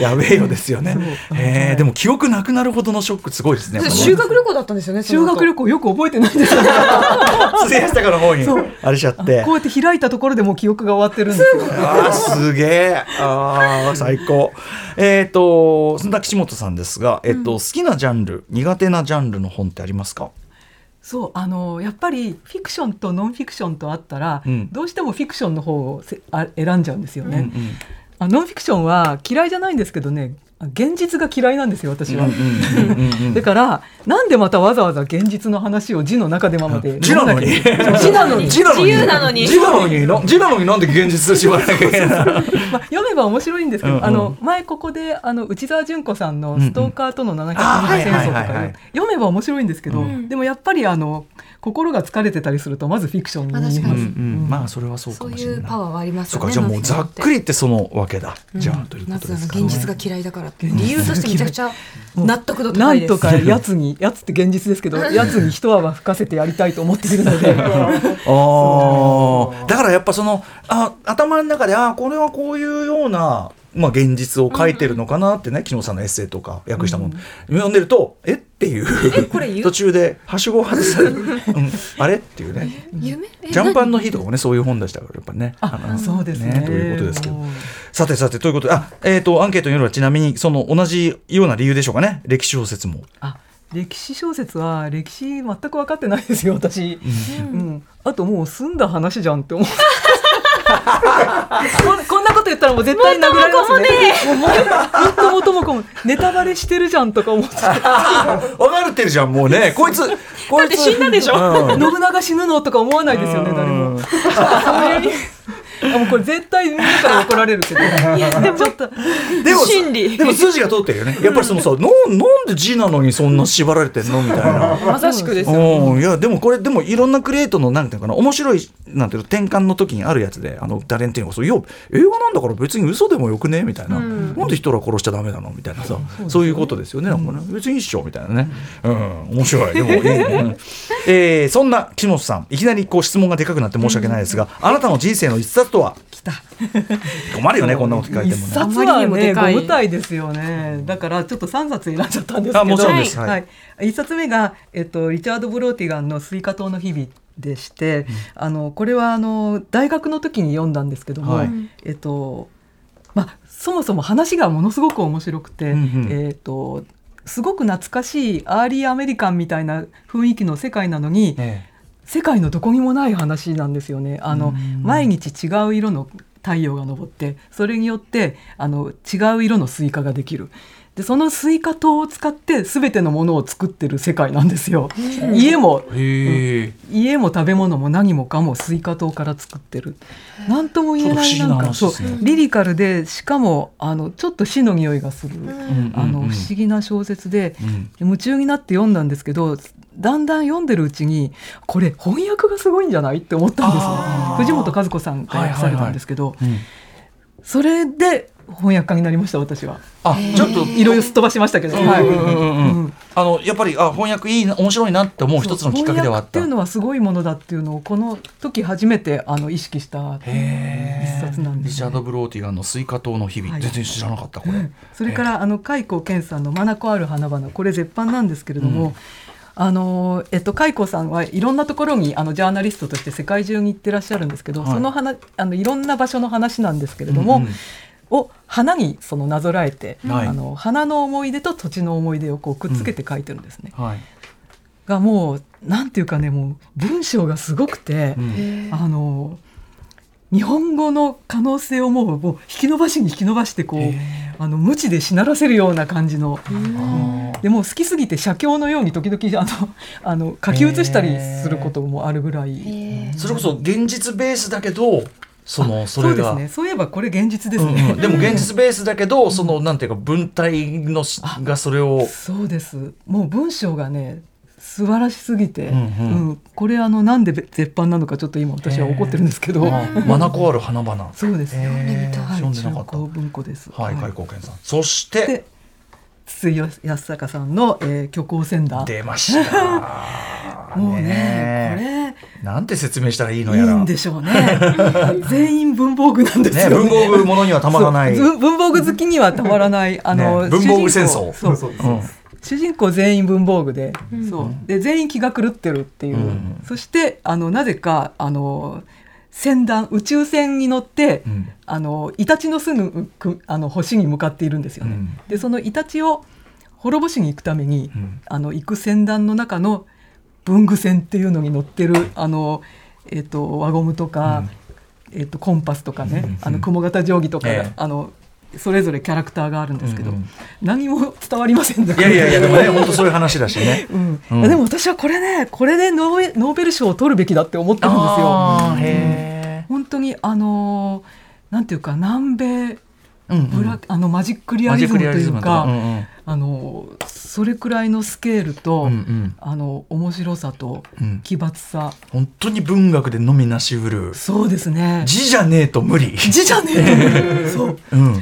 Speaker 1: やべえよですよね。えー、でも記憶なくなるほどのショックすごいですね。
Speaker 2: 修学旅行だったんですよねその
Speaker 3: 修
Speaker 2: 後
Speaker 3: 学旅行よく覚えてないんですよ。
Speaker 1: 失礼したから方に
Speaker 3: そう
Speaker 1: あれしちゃって
Speaker 3: こ。うやって開いたところでもう記憶が終わってるんですよ。
Speaker 1: あーすげえあー最高えっ、とそんな岸本さんですが、えっと好きなジャンル苦手なジャンルの本ってありますか
Speaker 3: そうあのやっぱりフィクションとノンフィクションとあったら、
Speaker 1: うん
Speaker 3: どうしてもフィクションの方をせあ選んじゃうんですよね、あノンフィクションは嫌いじゃないんですけどね現実が嫌いなんですよ私は、 だからなんでまたわざわざ現実の話を字の中でままで
Speaker 1: 字なのに
Speaker 3: 字なのに
Speaker 1: 字なのに
Speaker 2: 自由なのに
Speaker 1: 字なのにな字なのになんで現実縛らなきゃいけないの
Speaker 3: まあ、読めば面白いんですけど、
Speaker 1: うんうん
Speaker 3: あの前ここであの内澤純子さんの「ストーカーとの700
Speaker 1: あーはい
Speaker 3: 日戦争」と
Speaker 1: はいはいは
Speaker 3: か
Speaker 1: い
Speaker 3: 読めば面白いんですけど、でもやっぱりあの心が疲れてたりするとまずフィクションに見え
Speaker 2: まあ
Speaker 1: う
Speaker 3: ま
Speaker 1: ん
Speaker 3: す
Speaker 1: う。んまあそれはそうか
Speaker 2: そう
Speaker 1: もし
Speaker 2: い
Speaker 1: れ
Speaker 2: う
Speaker 1: ない
Speaker 2: パワーはあります
Speaker 1: そ
Speaker 2: よ
Speaker 1: うか
Speaker 2: ね
Speaker 1: じゃあもうざっく
Speaker 2: り
Speaker 1: りってそのわけだ、じゃあということ
Speaker 2: 夏
Speaker 1: で
Speaker 2: は
Speaker 1: すか
Speaker 2: 現実が嫌いだからって理由としてめちゃくちゃ納得度
Speaker 3: な
Speaker 2: 高い
Speaker 3: ん
Speaker 2: です
Speaker 3: とかやつにやつって現実ですけどやつに一泡吹かせてやりたいと思っているので
Speaker 1: ああだからやっぱそのあ頭の中であーこれはこういうような、まあ、現実を書いてるのかなってね木下さんのエッセイとか訳したもの、読んでるとえっていう
Speaker 2: これ言う
Speaker 1: 途中ではしごを外 される、うん、あれっていうね
Speaker 2: 夢え
Speaker 1: ジャンパンの日とかもねそういう本出したからやっぱね あの
Speaker 3: そうですね
Speaker 1: ということですけど
Speaker 3: もう
Speaker 1: さてさてということであえっ、とアンケートによるはちなみにその同じような理由でしょうかね歴史小説も
Speaker 3: あ歴史小説は歴史全く分かってないですよ私、うんあともう済んだ話じゃんって思う こんこんなこと言ったらもう絶対殴られますねもうもうもっと もともこもネタバレしてるじゃんとか思って
Speaker 1: 分かれてるじゃんもう ねこいつこいつ死んだでしょ、うん
Speaker 3: 信長死ぬのとか思わないですよね誰もあもうこれ絶対みんなから怒られるけどちょっと
Speaker 1: でも
Speaker 2: 心理
Speaker 1: でも数字が通ってるよね。やっぱりそのさ、のなんで字なのにそんな縛られてんのみたいな。
Speaker 2: まさしくです
Speaker 1: うん、いやでもこれでもいろんなクリエイトのなんていうのかな面白いなんていうの転換の時にあるやつであの誰にっていうのがそういや映画なんだから別に嘘でもよくねみたいな、なんで人ら殺しちゃダメなのみたいなさ、そういうことですよねなんかね、別にいいっしょみたいなねうん、面白いでもいいね、うんえーそんな木本さんいきなりこう質問がでかくなって申し訳ないですが、あなたの人生の一冊とは来た困るよねこんなこと聞かれて
Speaker 3: 一
Speaker 1: もね
Speaker 3: 冊
Speaker 2: あまりに
Speaker 3: は
Speaker 2: も
Speaker 3: ね
Speaker 2: で
Speaker 3: ご
Speaker 2: かい
Speaker 3: 舞台ですよねだからちょっと3冊選んじゃったんですけど
Speaker 1: あもちろんです
Speaker 3: はい
Speaker 1: は
Speaker 3: はい一冊目が、えっと、リチャード・ブローティガンの「スイカ島の日々」でして、あのこれはあの大学の時に読んだんですけども、
Speaker 1: はい
Speaker 3: えっとまあそもそも話がものすごく面白くて、
Speaker 1: うんうん
Speaker 3: えっとすごく懐かしいアーリーアメリカンみたいな雰囲気の世界なのに、
Speaker 1: ええ
Speaker 3: 世界のどこにもない話なんですよね。あの毎日違う色の太陽が昇ってそれによってあの違う色のスイカができる。でそのスイカ糖を使って全てのものを作ってる世界なんですよ。家も
Speaker 1: へえ
Speaker 3: 家も食べ物も何もかもスイカ糖から作ってる何とも言えな
Speaker 1: ち
Speaker 3: い
Speaker 1: ょ
Speaker 3: な
Speaker 1: っと不思議なん話
Speaker 3: かそ
Speaker 1: です
Speaker 3: う
Speaker 1: ね
Speaker 3: リリカルでしかもあのちょっと死の匂いがする、あの不思議な小説で、
Speaker 1: うん
Speaker 3: 夢中になって読んだんですけどだんだん読んでるうちにこれ翻訳がすごいんじゃないって思ったんですね
Speaker 1: あー
Speaker 3: 藤本和子さんが訳されたんですけど、
Speaker 1: うん
Speaker 3: それで翻訳家になりました私は
Speaker 1: あちょっと
Speaker 3: いろいろすっ飛ばしましたけど、
Speaker 1: は
Speaker 3: はいい
Speaker 1: うんうんうんう
Speaker 3: うん
Speaker 1: んあのやっぱりあ翻訳いいな面白いなって思う一つのきっかけではあった
Speaker 3: 翻訳っていうのはすごいものだっていうのをこの時初めてあの意識した
Speaker 1: へー
Speaker 3: 一冊なんで
Speaker 1: リチ
Speaker 3: す
Speaker 1: ャ
Speaker 3: ね、
Speaker 1: ード・ブローティガンの「スイカ島の日々」
Speaker 3: はい
Speaker 1: 全然知らなかったこれ
Speaker 3: それからあの海光健さんの「まなこある花々」これ絶版なんですけれども、あのえっと、海光さんはいろんなところにあのジャーナリストとして世界中に行ってらっしゃるんですけど、
Speaker 1: はい
Speaker 3: その話あのいろんな場所の話なんですけれども、
Speaker 1: うんうん
Speaker 3: を花にそのなぞらえて、
Speaker 1: はい
Speaker 3: あの花の思い出と土地の思い出をこうくっつけて書いてるんですね。
Speaker 1: はい
Speaker 3: がもうなんていうかねもう文章がすごくて、
Speaker 1: うん
Speaker 3: あの日本語の可能性をもうもう引き伸ばしに引き伸ばしてこう、あの無知でしならせるような感じの、
Speaker 1: あー
Speaker 3: でもう好きすぎて写経のように時々あの あの書き写したりすることもあるぐらい、
Speaker 1: それこそ現実ベースだけどそのそ
Speaker 3: そう
Speaker 1: れ
Speaker 3: です
Speaker 1: が
Speaker 3: ねそういえばこれ現実です
Speaker 1: うん
Speaker 3: ね、
Speaker 1: うんでも現実ベースだけどそのなんていうか文体のしがそれを
Speaker 3: そうですもう文章がね素晴らしすぎて、
Speaker 1: うんうん
Speaker 3: うんこれあのなんで絶版なのかちょっと今私は怒ってるんですけど、
Speaker 1: あー「まなこある花々」
Speaker 3: そうですよ、
Speaker 1: えー
Speaker 3: はい、
Speaker 1: 読んでなかった
Speaker 3: 中古文庫です。
Speaker 1: はい開口健さんそし
Speaker 3: で
Speaker 1: て
Speaker 3: 筒井康隆さんの「えー、虚構船団」
Speaker 1: 出ました
Speaker 3: もうね
Speaker 1: なんて説明したらいい
Speaker 3: こ
Speaker 1: の
Speaker 3: れいい
Speaker 1: やら
Speaker 3: んでしょうね 全員文房具なんです
Speaker 1: ね
Speaker 3: よ
Speaker 1: 文
Speaker 3: ね
Speaker 1: 房具ものにはたまらない
Speaker 3: そう文文房具好きにはたまらないあの、
Speaker 1: ね文房具
Speaker 3: 主
Speaker 1: 戦
Speaker 3: 人公
Speaker 1: 争
Speaker 3: そうそう
Speaker 1: うん
Speaker 3: 主人公全員文房具で,、そうで全員気が狂ってるっていう、
Speaker 1: うん
Speaker 3: そしてあのなぜかあの船団宇宙船に乗って、
Speaker 1: うん
Speaker 3: あのイタチの住むくあの星に向かっているんですよね。
Speaker 1: うん
Speaker 3: でそのイタチを滅ぼしに行くために、
Speaker 1: うん
Speaker 3: あの行く船団の中の文具船っていうのに乗ってるあの、えっと輪ゴムとか、えっとコンパスとかね、
Speaker 1: うん
Speaker 3: あの雲形定規とかが、
Speaker 1: ええ
Speaker 3: あのそれぞれキャラクターがあるんですけど、
Speaker 1: うんうん
Speaker 3: 何も伝わりませんね
Speaker 1: いやいやいやでもね本当そういう話だしね
Speaker 3: うん
Speaker 1: うん
Speaker 3: でも私はこれねこれでノーベノーベル賞を取るべきだって思ってるんです
Speaker 1: あー
Speaker 3: よ。
Speaker 1: へ
Speaker 3: 本当にあのーなんていうか南米
Speaker 1: えうんうん
Speaker 3: ブラ、あのマジックリア
Speaker 1: マジ
Speaker 3: リ
Speaker 1: ック
Speaker 3: ズム
Speaker 1: リ
Speaker 3: と
Speaker 1: アリ
Speaker 3: い
Speaker 1: ズム
Speaker 3: う
Speaker 1: とか
Speaker 3: か、
Speaker 1: うんうん
Speaker 3: あのそれくらいのスケールと、
Speaker 1: うんうん
Speaker 3: あの面白さと
Speaker 1: うん
Speaker 3: 奇抜さ、
Speaker 1: 本当に文学でのみなしうる
Speaker 3: そうですね
Speaker 1: 字じゃねえと無理
Speaker 3: 字じゃねえ そう
Speaker 1: うん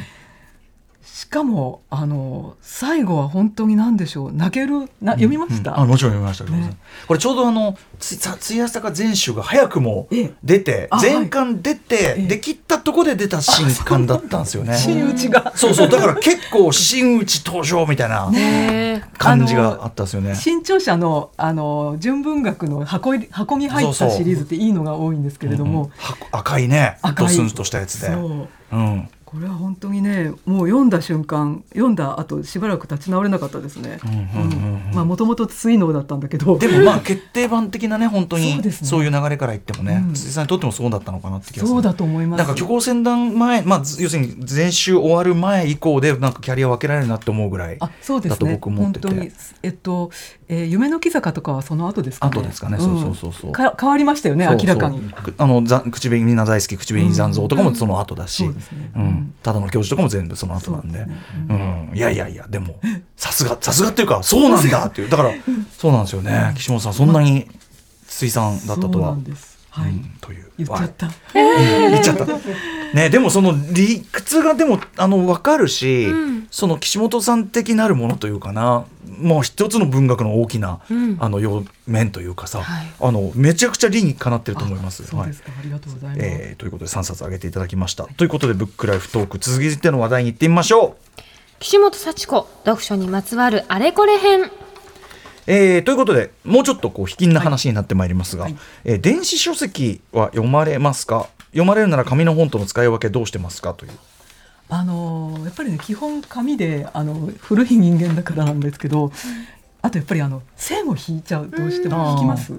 Speaker 3: しかもあの最後は本当に何でしょう泣けるな読みました、
Speaker 1: うんあもちろん読みましたけど、
Speaker 3: ね
Speaker 1: これちょうどあのつつつやさか全集が早くも
Speaker 3: ええ
Speaker 1: 出て
Speaker 3: あはい
Speaker 1: 全巻出て、
Speaker 3: ええ
Speaker 1: できったとこで出た新刊だったんですよね
Speaker 3: 真打ちが
Speaker 1: そうそうだから結構真打ち登場みたい な感じがあったんですよね
Speaker 3: 新潮社のあの純文学の箱入り箱に入っ
Speaker 1: そう
Speaker 3: た
Speaker 1: そう
Speaker 3: シリーズっていいのが多いんですけれども、
Speaker 1: うんは赤いね
Speaker 3: 赤い
Speaker 1: ドスンとしたやつで
Speaker 3: そう
Speaker 1: うん
Speaker 3: これは本当にねもう読んだ瞬間読んだ後しばらく立ち直れなかったですね
Speaker 1: うんうんうんうん
Speaker 3: まあもともと筒井能だったんだけど
Speaker 1: で もまあ決定版的なね本当に
Speaker 3: そうですね
Speaker 1: そういう流れから言ってもね
Speaker 3: うん
Speaker 1: 辻さんにとってもそうだったのかなって気がする
Speaker 3: そうだと思います
Speaker 1: なんか虚構戦団前、まあ、ず要するに前週終わる前以降でなんかキャリアを分けられるなって思うぐらい
Speaker 3: あそうで
Speaker 1: だ
Speaker 3: す
Speaker 1: と
Speaker 3: ね
Speaker 1: 僕思ってて。
Speaker 3: 本当にえっと、えー夢の木坂とかはその後ですかね
Speaker 1: 後ですかねそうそうそうそうん
Speaker 3: か変わりましたよね
Speaker 1: そう
Speaker 3: 明らかに
Speaker 1: そうくあのざ口紅みんな大好き口紅残像とかもその後だし、
Speaker 3: う
Speaker 1: うんん
Speaker 3: そうですね
Speaker 1: ただの教授とかも全部その後なんでうん、いやいやいやでもさすがさすがっていうかそうなんだっていうだからそうなんですよね岸本さんそんなに水産だったと
Speaker 3: そう
Speaker 1: は
Speaker 3: なん。ですはい、
Speaker 1: うんという
Speaker 3: 言っちゃった、
Speaker 1: 言っ ちゃった。ね、でもその理屈がでもあの分かるし、その岸本さん的なるものというかなもう一つの文学の大きな、あの要面というかさ、
Speaker 2: はい
Speaker 1: あのめちゃくちゃ理にかなってると思います。
Speaker 3: そう
Speaker 1: はい
Speaker 3: ですか、ありがとうございます、
Speaker 1: えーということで3冊挙げていただきました。ということで「ブックライフトーク」続いての話題に行ってみましょう。
Speaker 2: 岸本幸子、読書にまつわるあれこれ編。
Speaker 1: えーということでもうちょっとこう卑近な話になってまいりますが、えー電子書籍は読まれますか読まれるなら紙の本との使い分けどうしてますかという。
Speaker 3: あのーやっぱりね基本紙であの古い人間だからなんですけどあとやっぱりあの線を引いちゃうどうしても引きます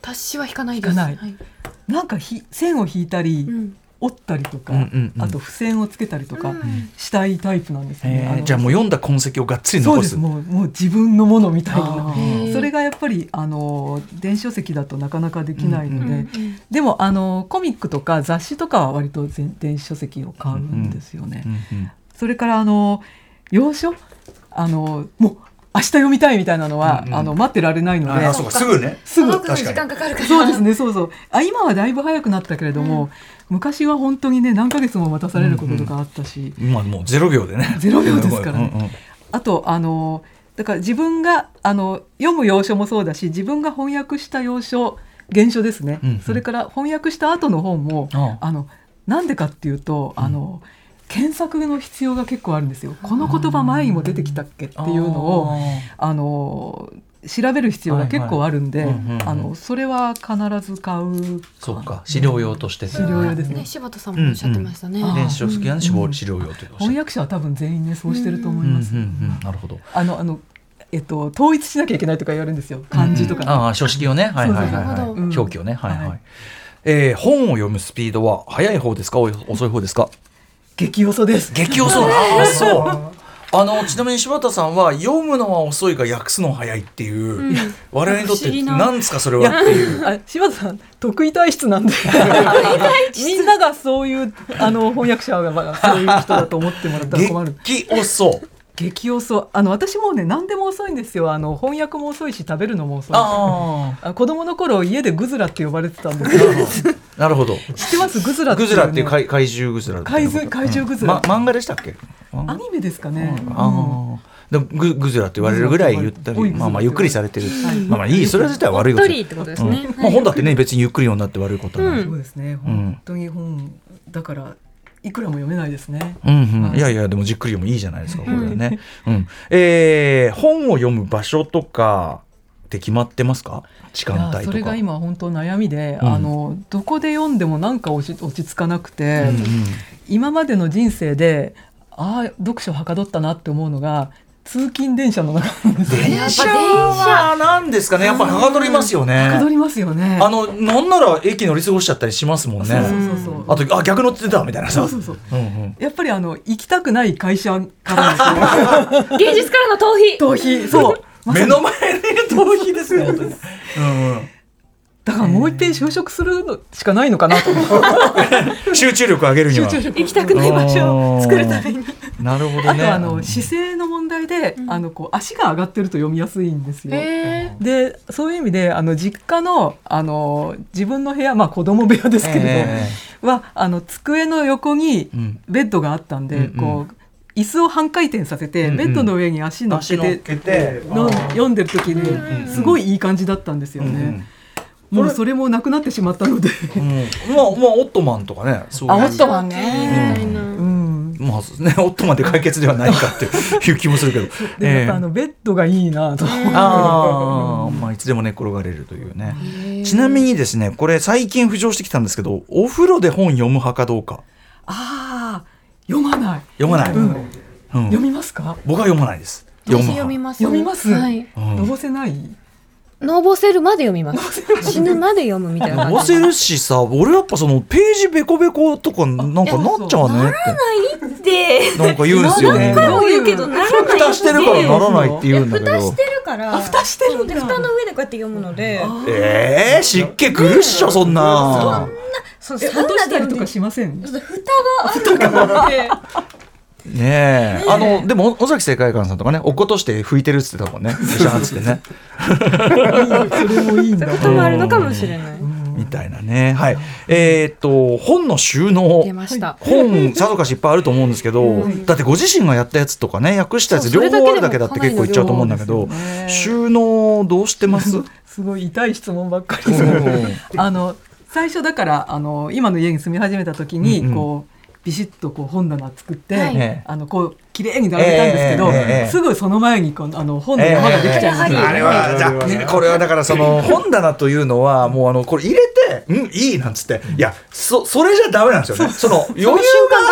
Speaker 2: 私は引かない
Speaker 3: です引かない
Speaker 2: い、
Speaker 3: なんかひ線を引いたり、
Speaker 2: ん
Speaker 3: 折ったりとか、
Speaker 1: うんうんうん
Speaker 3: あと付箋をつけたりとかしたいタイプなんですよね。
Speaker 1: え
Speaker 3: あ
Speaker 1: ー
Speaker 3: の
Speaker 1: じゃあもう読んだ痕跡をがっつり
Speaker 3: そう
Speaker 1: 残
Speaker 3: ですすもうもう自分のものみたい
Speaker 1: あ
Speaker 3: な
Speaker 1: ー
Speaker 3: それがやっぱりあの電子書籍だとなかなかできないので、
Speaker 2: うんうん
Speaker 3: でもあのコミックとか雑誌とかは割と全電子書籍を買うんですよね。
Speaker 1: うんうん
Speaker 3: それからあの洋書あのもう明日読みたいみたいなのは、
Speaker 1: うんうん
Speaker 3: あの待ってられないので
Speaker 1: あそうかすぐね
Speaker 3: すぐ
Speaker 2: 届くのに時間かかるから。
Speaker 3: そうですね、そうそう。あ、今はだいぶ早くなったけれども、昔は本当にね、何ヶ月も待たされることとかあったし、
Speaker 1: 今もうゼロ秒でね
Speaker 3: ゼロ秒ですからね
Speaker 1: うんうん
Speaker 3: あと、あの、だから自分が、あの、読む要書もそうだし、自分が翻訳した要書、原書ですね、
Speaker 1: うんうん
Speaker 3: それから翻訳した後の本も、
Speaker 1: あ
Speaker 3: あ
Speaker 1: あ
Speaker 3: の、なんでかっていうと、あの、検索の必要が結構あるんですよ。この言葉前にも出てきたっけっていうのを、あの、調べる必要が結構あるん
Speaker 1: は
Speaker 3: で、
Speaker 1: いはいうんうんうん
Speaker 3: あの、それは必ず買う。
Speaker 1: そうか資料用として
Speaker 3: 資料用ですね
Speaker 2: ね、柴田さんもおっしゃってましたね。
Speaker 3: うんうん
Speaker 1: 電子書籍なんで
Speaker 3: う
Speaker 1: 絞
Speaker 3: ん
Speaker 1: 資料用ということ
Speaker 3: 翻訳者は多分全員ねそうしてると思います。
Speaker 1: うんうんうんなるほど
Speaker 3: あのあのえっと統一しなきゃいけないとか言われるんですよ漢字とか、
Speaker 1: うんああ書式をねはいはいはい、
Speaker 2: そう
Speaker 1: は
Speaker 2: そ
Speaker 1: いう
Speaker 3: なるほど
Speaker 1: 表記をねはいはい、
Speaker 3: はい
Speaker 1: えー本を読むスピードは速い方ですかお遅い方ですか
Speaker 3: 激遅です。
Speaker 1: 激遅ああそうあのちなみに柴田さんは読むのは遅いが訳すのは早いっていう、我々にとっ
Speaker 2: 不思
Speaker 1: て
Speaker 2: 議な
Speaker 1: 何ですかそれ
Speaker 3: い
Speaker 1: は
Speaker 3: や
Speaker 1: っていう。
Speaker 3: あ柴田さん得意体質なんでみんながそういうあの翻訳者がそういう人だと思ってもらったら困る
Speaker 1: 激遅
Speaker 3: 激遅あの私もね何でも遅いんですよあの翻訳も遅いし食べるのも遅い
Speaker 1: あ
Speaker 3: あ子供の頃家でグズラって呼ばれてたんですよ
Speaker 1: あなるほど
Speaker 3: 知ってますグズラってい
Speaker 1: グ
Speaker 3: う,、
Speaker 1: ズラっていう怪怪獣グズラみたいなこと
Speaker 3: 怪獣怪獣グズラ
Speaker 1: うんま漫画でしたっけ漫画
Speaker 3: アニメですかね、うん
Speaker 1: ああでもググズラって言われるぐらいゆった
Speaker 3: 多
Speaker 1: り
Speaker 3: いグズラ
Speaker 1: まあまあゆっくりされてる
Speaker 3: はい
Speaker 1: まあまあいいそれは自体は悪い
Speaker 2: おっとりってことですね
Speaker 1: うん
Speaker 2: はい
Speaker 1: まあ本だってね別にゆっくり読んだって悪いことはない
Speaker 2: うん
Speaker 3: そうですね。
Speaker 1: うん
Speaker 3: 本当に本だからいくらも読めないですね。
Speaker 1: うんう
Speaker 3: は
Speaker 1: ん、
Speaker 3: い
Speaker 1: いやいやでもじっくり読むいいじゃないですかこれはね、うんえー本を読む場所とかって決まってますか時
Speaker 3: い
Speaker 1: 間帯
Speaker 3: や
Speaker 1: とか
Speaker 3: それが今本当悩みで、
Speaker 1: うん
Speaker 3: あのどこで読んでもなんか落ち落ち着かなくて、
Speaker 1: うんうん
Speaker 3: 今までの人生でああ読書はかどったなって思うのが通勤電車の中なんですよ。
Speaker 1: 電車はなんですかねやっぱはかどりますよね
Speaker 3: はかどりますよね。
Speaker 1: あのなんなら駅乗り過ごしちゃったりしますもんね
Speaker 3: そうそうそうそう。
Speaker 1: あとあ逆乗ってたみたいなさ
Speaker 3: そうそうそう。
Speaker 1: うんうん
Speaker 3: やっぱりあの行きたくない会社からの
Speaker 2: 芸術からの逃避。
Speaker 3: 逃避そう
Speaker 1: 目の前に逃避ですよ本当にうん
Speaker 3: だからもう一遍就職するのしかないのかなと思って
Speaker 1: うん集中力上げるには
Speaker 2: 行きたくない場所を作るために。
Speaker 1: になるほど
Speaker 3: あ
Speaker 1: ね
Speaker 3: とあの姿勢の問題で、あのこう足が上がってると読みやすいんですよ。
Speaker 2: へー
Speaker 3: でそういう意味であの実家のあの自分の部屋まあ子供部屋ですけれど、
Speaker 1: え
Speaker 3: はあの机の横に
Speaker 1: うん
Speaker 3: ベッドがあったんで、
Speaker 1: うんうん
Speaker 3: こう椅子を半回転させ
Speaker 1: う
Speaker 3: て、
Speaker 1: んうん
Speaker 3: ベッドの上に足乗っけ
Speaker 1: 足乗ってけて
Speaker 3: の読んでる時に、
Speaker 1: うん
Speaker 3: すごいいい感じだったんですよね。
Speaker 1: ん
Speaker 3: もうそれもなくなってしまったので。
Speaker 1: うんまあまあオットマンとかねそういう
Speaker 3: トマンね。
Speaker 2: みたいな
Speaker 3: うん
Speaker 1: まあね オットマンで解決ではないかっていう気もするけど
Speaker 3: でやっぱあ
Speaker 1: え
Speaker 3: のベッドがいいなと思って
Speaker 1: えあーまあいつでも寝転がれるというねちなみにですねこれ最近浮上してきたんですけどお風呂で本読む派かどうか
Speaker 3: ああ読まない
Speaker 1: 読まない
Speaker 3: うん
Speaker 1: うん
Speaker 3: 読みますか
Speaker 1: 僕は読まないです
Speaker 2: 私
Speaker 1: む
Speaker 2: 読
Speaker 1: 派
Speaker 2: みます。
Speaker 3: 読みます、
Speaker 2: はい。
Speaker 3: のぼせない
Speaker 2: のぼせるまで読みます。死ぬまで読むみたいな感
Speaker 1: 載
Speaker 2: じ。
Speaker 1: せるしさ俺やっぱそのページベコベコとかなんかなっちゃうねっ
Speaker 2: で、
Speaker 1: てなんか言うんですよみん
Speaker 3: な
Speaker 1: な
Speaker 3: らない
Speaker 2: こう言うけどならない。
Speaker 1: 蓋してるからならないって言うんだけど
Speaker 5: してるから
Speaker 3: 蓋してるんだ
Speaker 5: で蓋の上でこうやって読むので
Speaker 1: えー、湿気くるっしょそんな
Speaker 5: その
Speaker 3: え
Speaker 5: サ
Speaker 3: 落
Speaker 5: ウ
Speaker 3: と
Speaker 5: ナ
Speaker 3: し
Speaker 5: で
Speaker 3: たり
Speaker 5: 読ん
Speaker 3: と
Speaker 5: で
Speaker 3: かしません
Speaker 5: 蓋があるので
Speaker 1: ねえあのでも尾崎世界観さんとかね落っことして拭いてるっつってたもんね シャーンっつってね
Speaker 3: それもいいんだ
Speaker 2: こともあるのかもしれない。
Speaker 1: みたいなねはいえーっと本の収納
Speaker 2: 出ました。
Speaker 1: 本さぞかしいっぱいあると思うんですけど、だってご自身がやったやつとかね訳したやつ
Speaker 2: そう
Speaker 1: 両
Speaker 2: それだ
Speaker 1: 方あ
Speaker 2: けでも
Speaker 1: るだけだって結構いっちゃうと思うんだけど、
Speaker 3: かなりの量です
Speaker 1: 収納どうしてます
Speaker 3: すごい痛い質問ばっかりする あの最初だからあの今の家に住み始めた時に、
Speaker 1: うんうん
Speaker 3: こうビシッとこう本棚作って、
Speaker 2: はい
Speaker 3: あのこう綺麗に並べたんですけ
Speaker 1: え
Speaker 3: ど、
Speaker 1: えええええ
Speaker 3: すぐその前にこのあの本の山ができちゃいまし
Speaker 1: あ
Speaker 3: た、
Speaker 1: れはじゃあねこれはだからその本棚というのはもうあのこれ入れて「うんいい」なんつっていやそそれじゃダメなんですよねその余裕が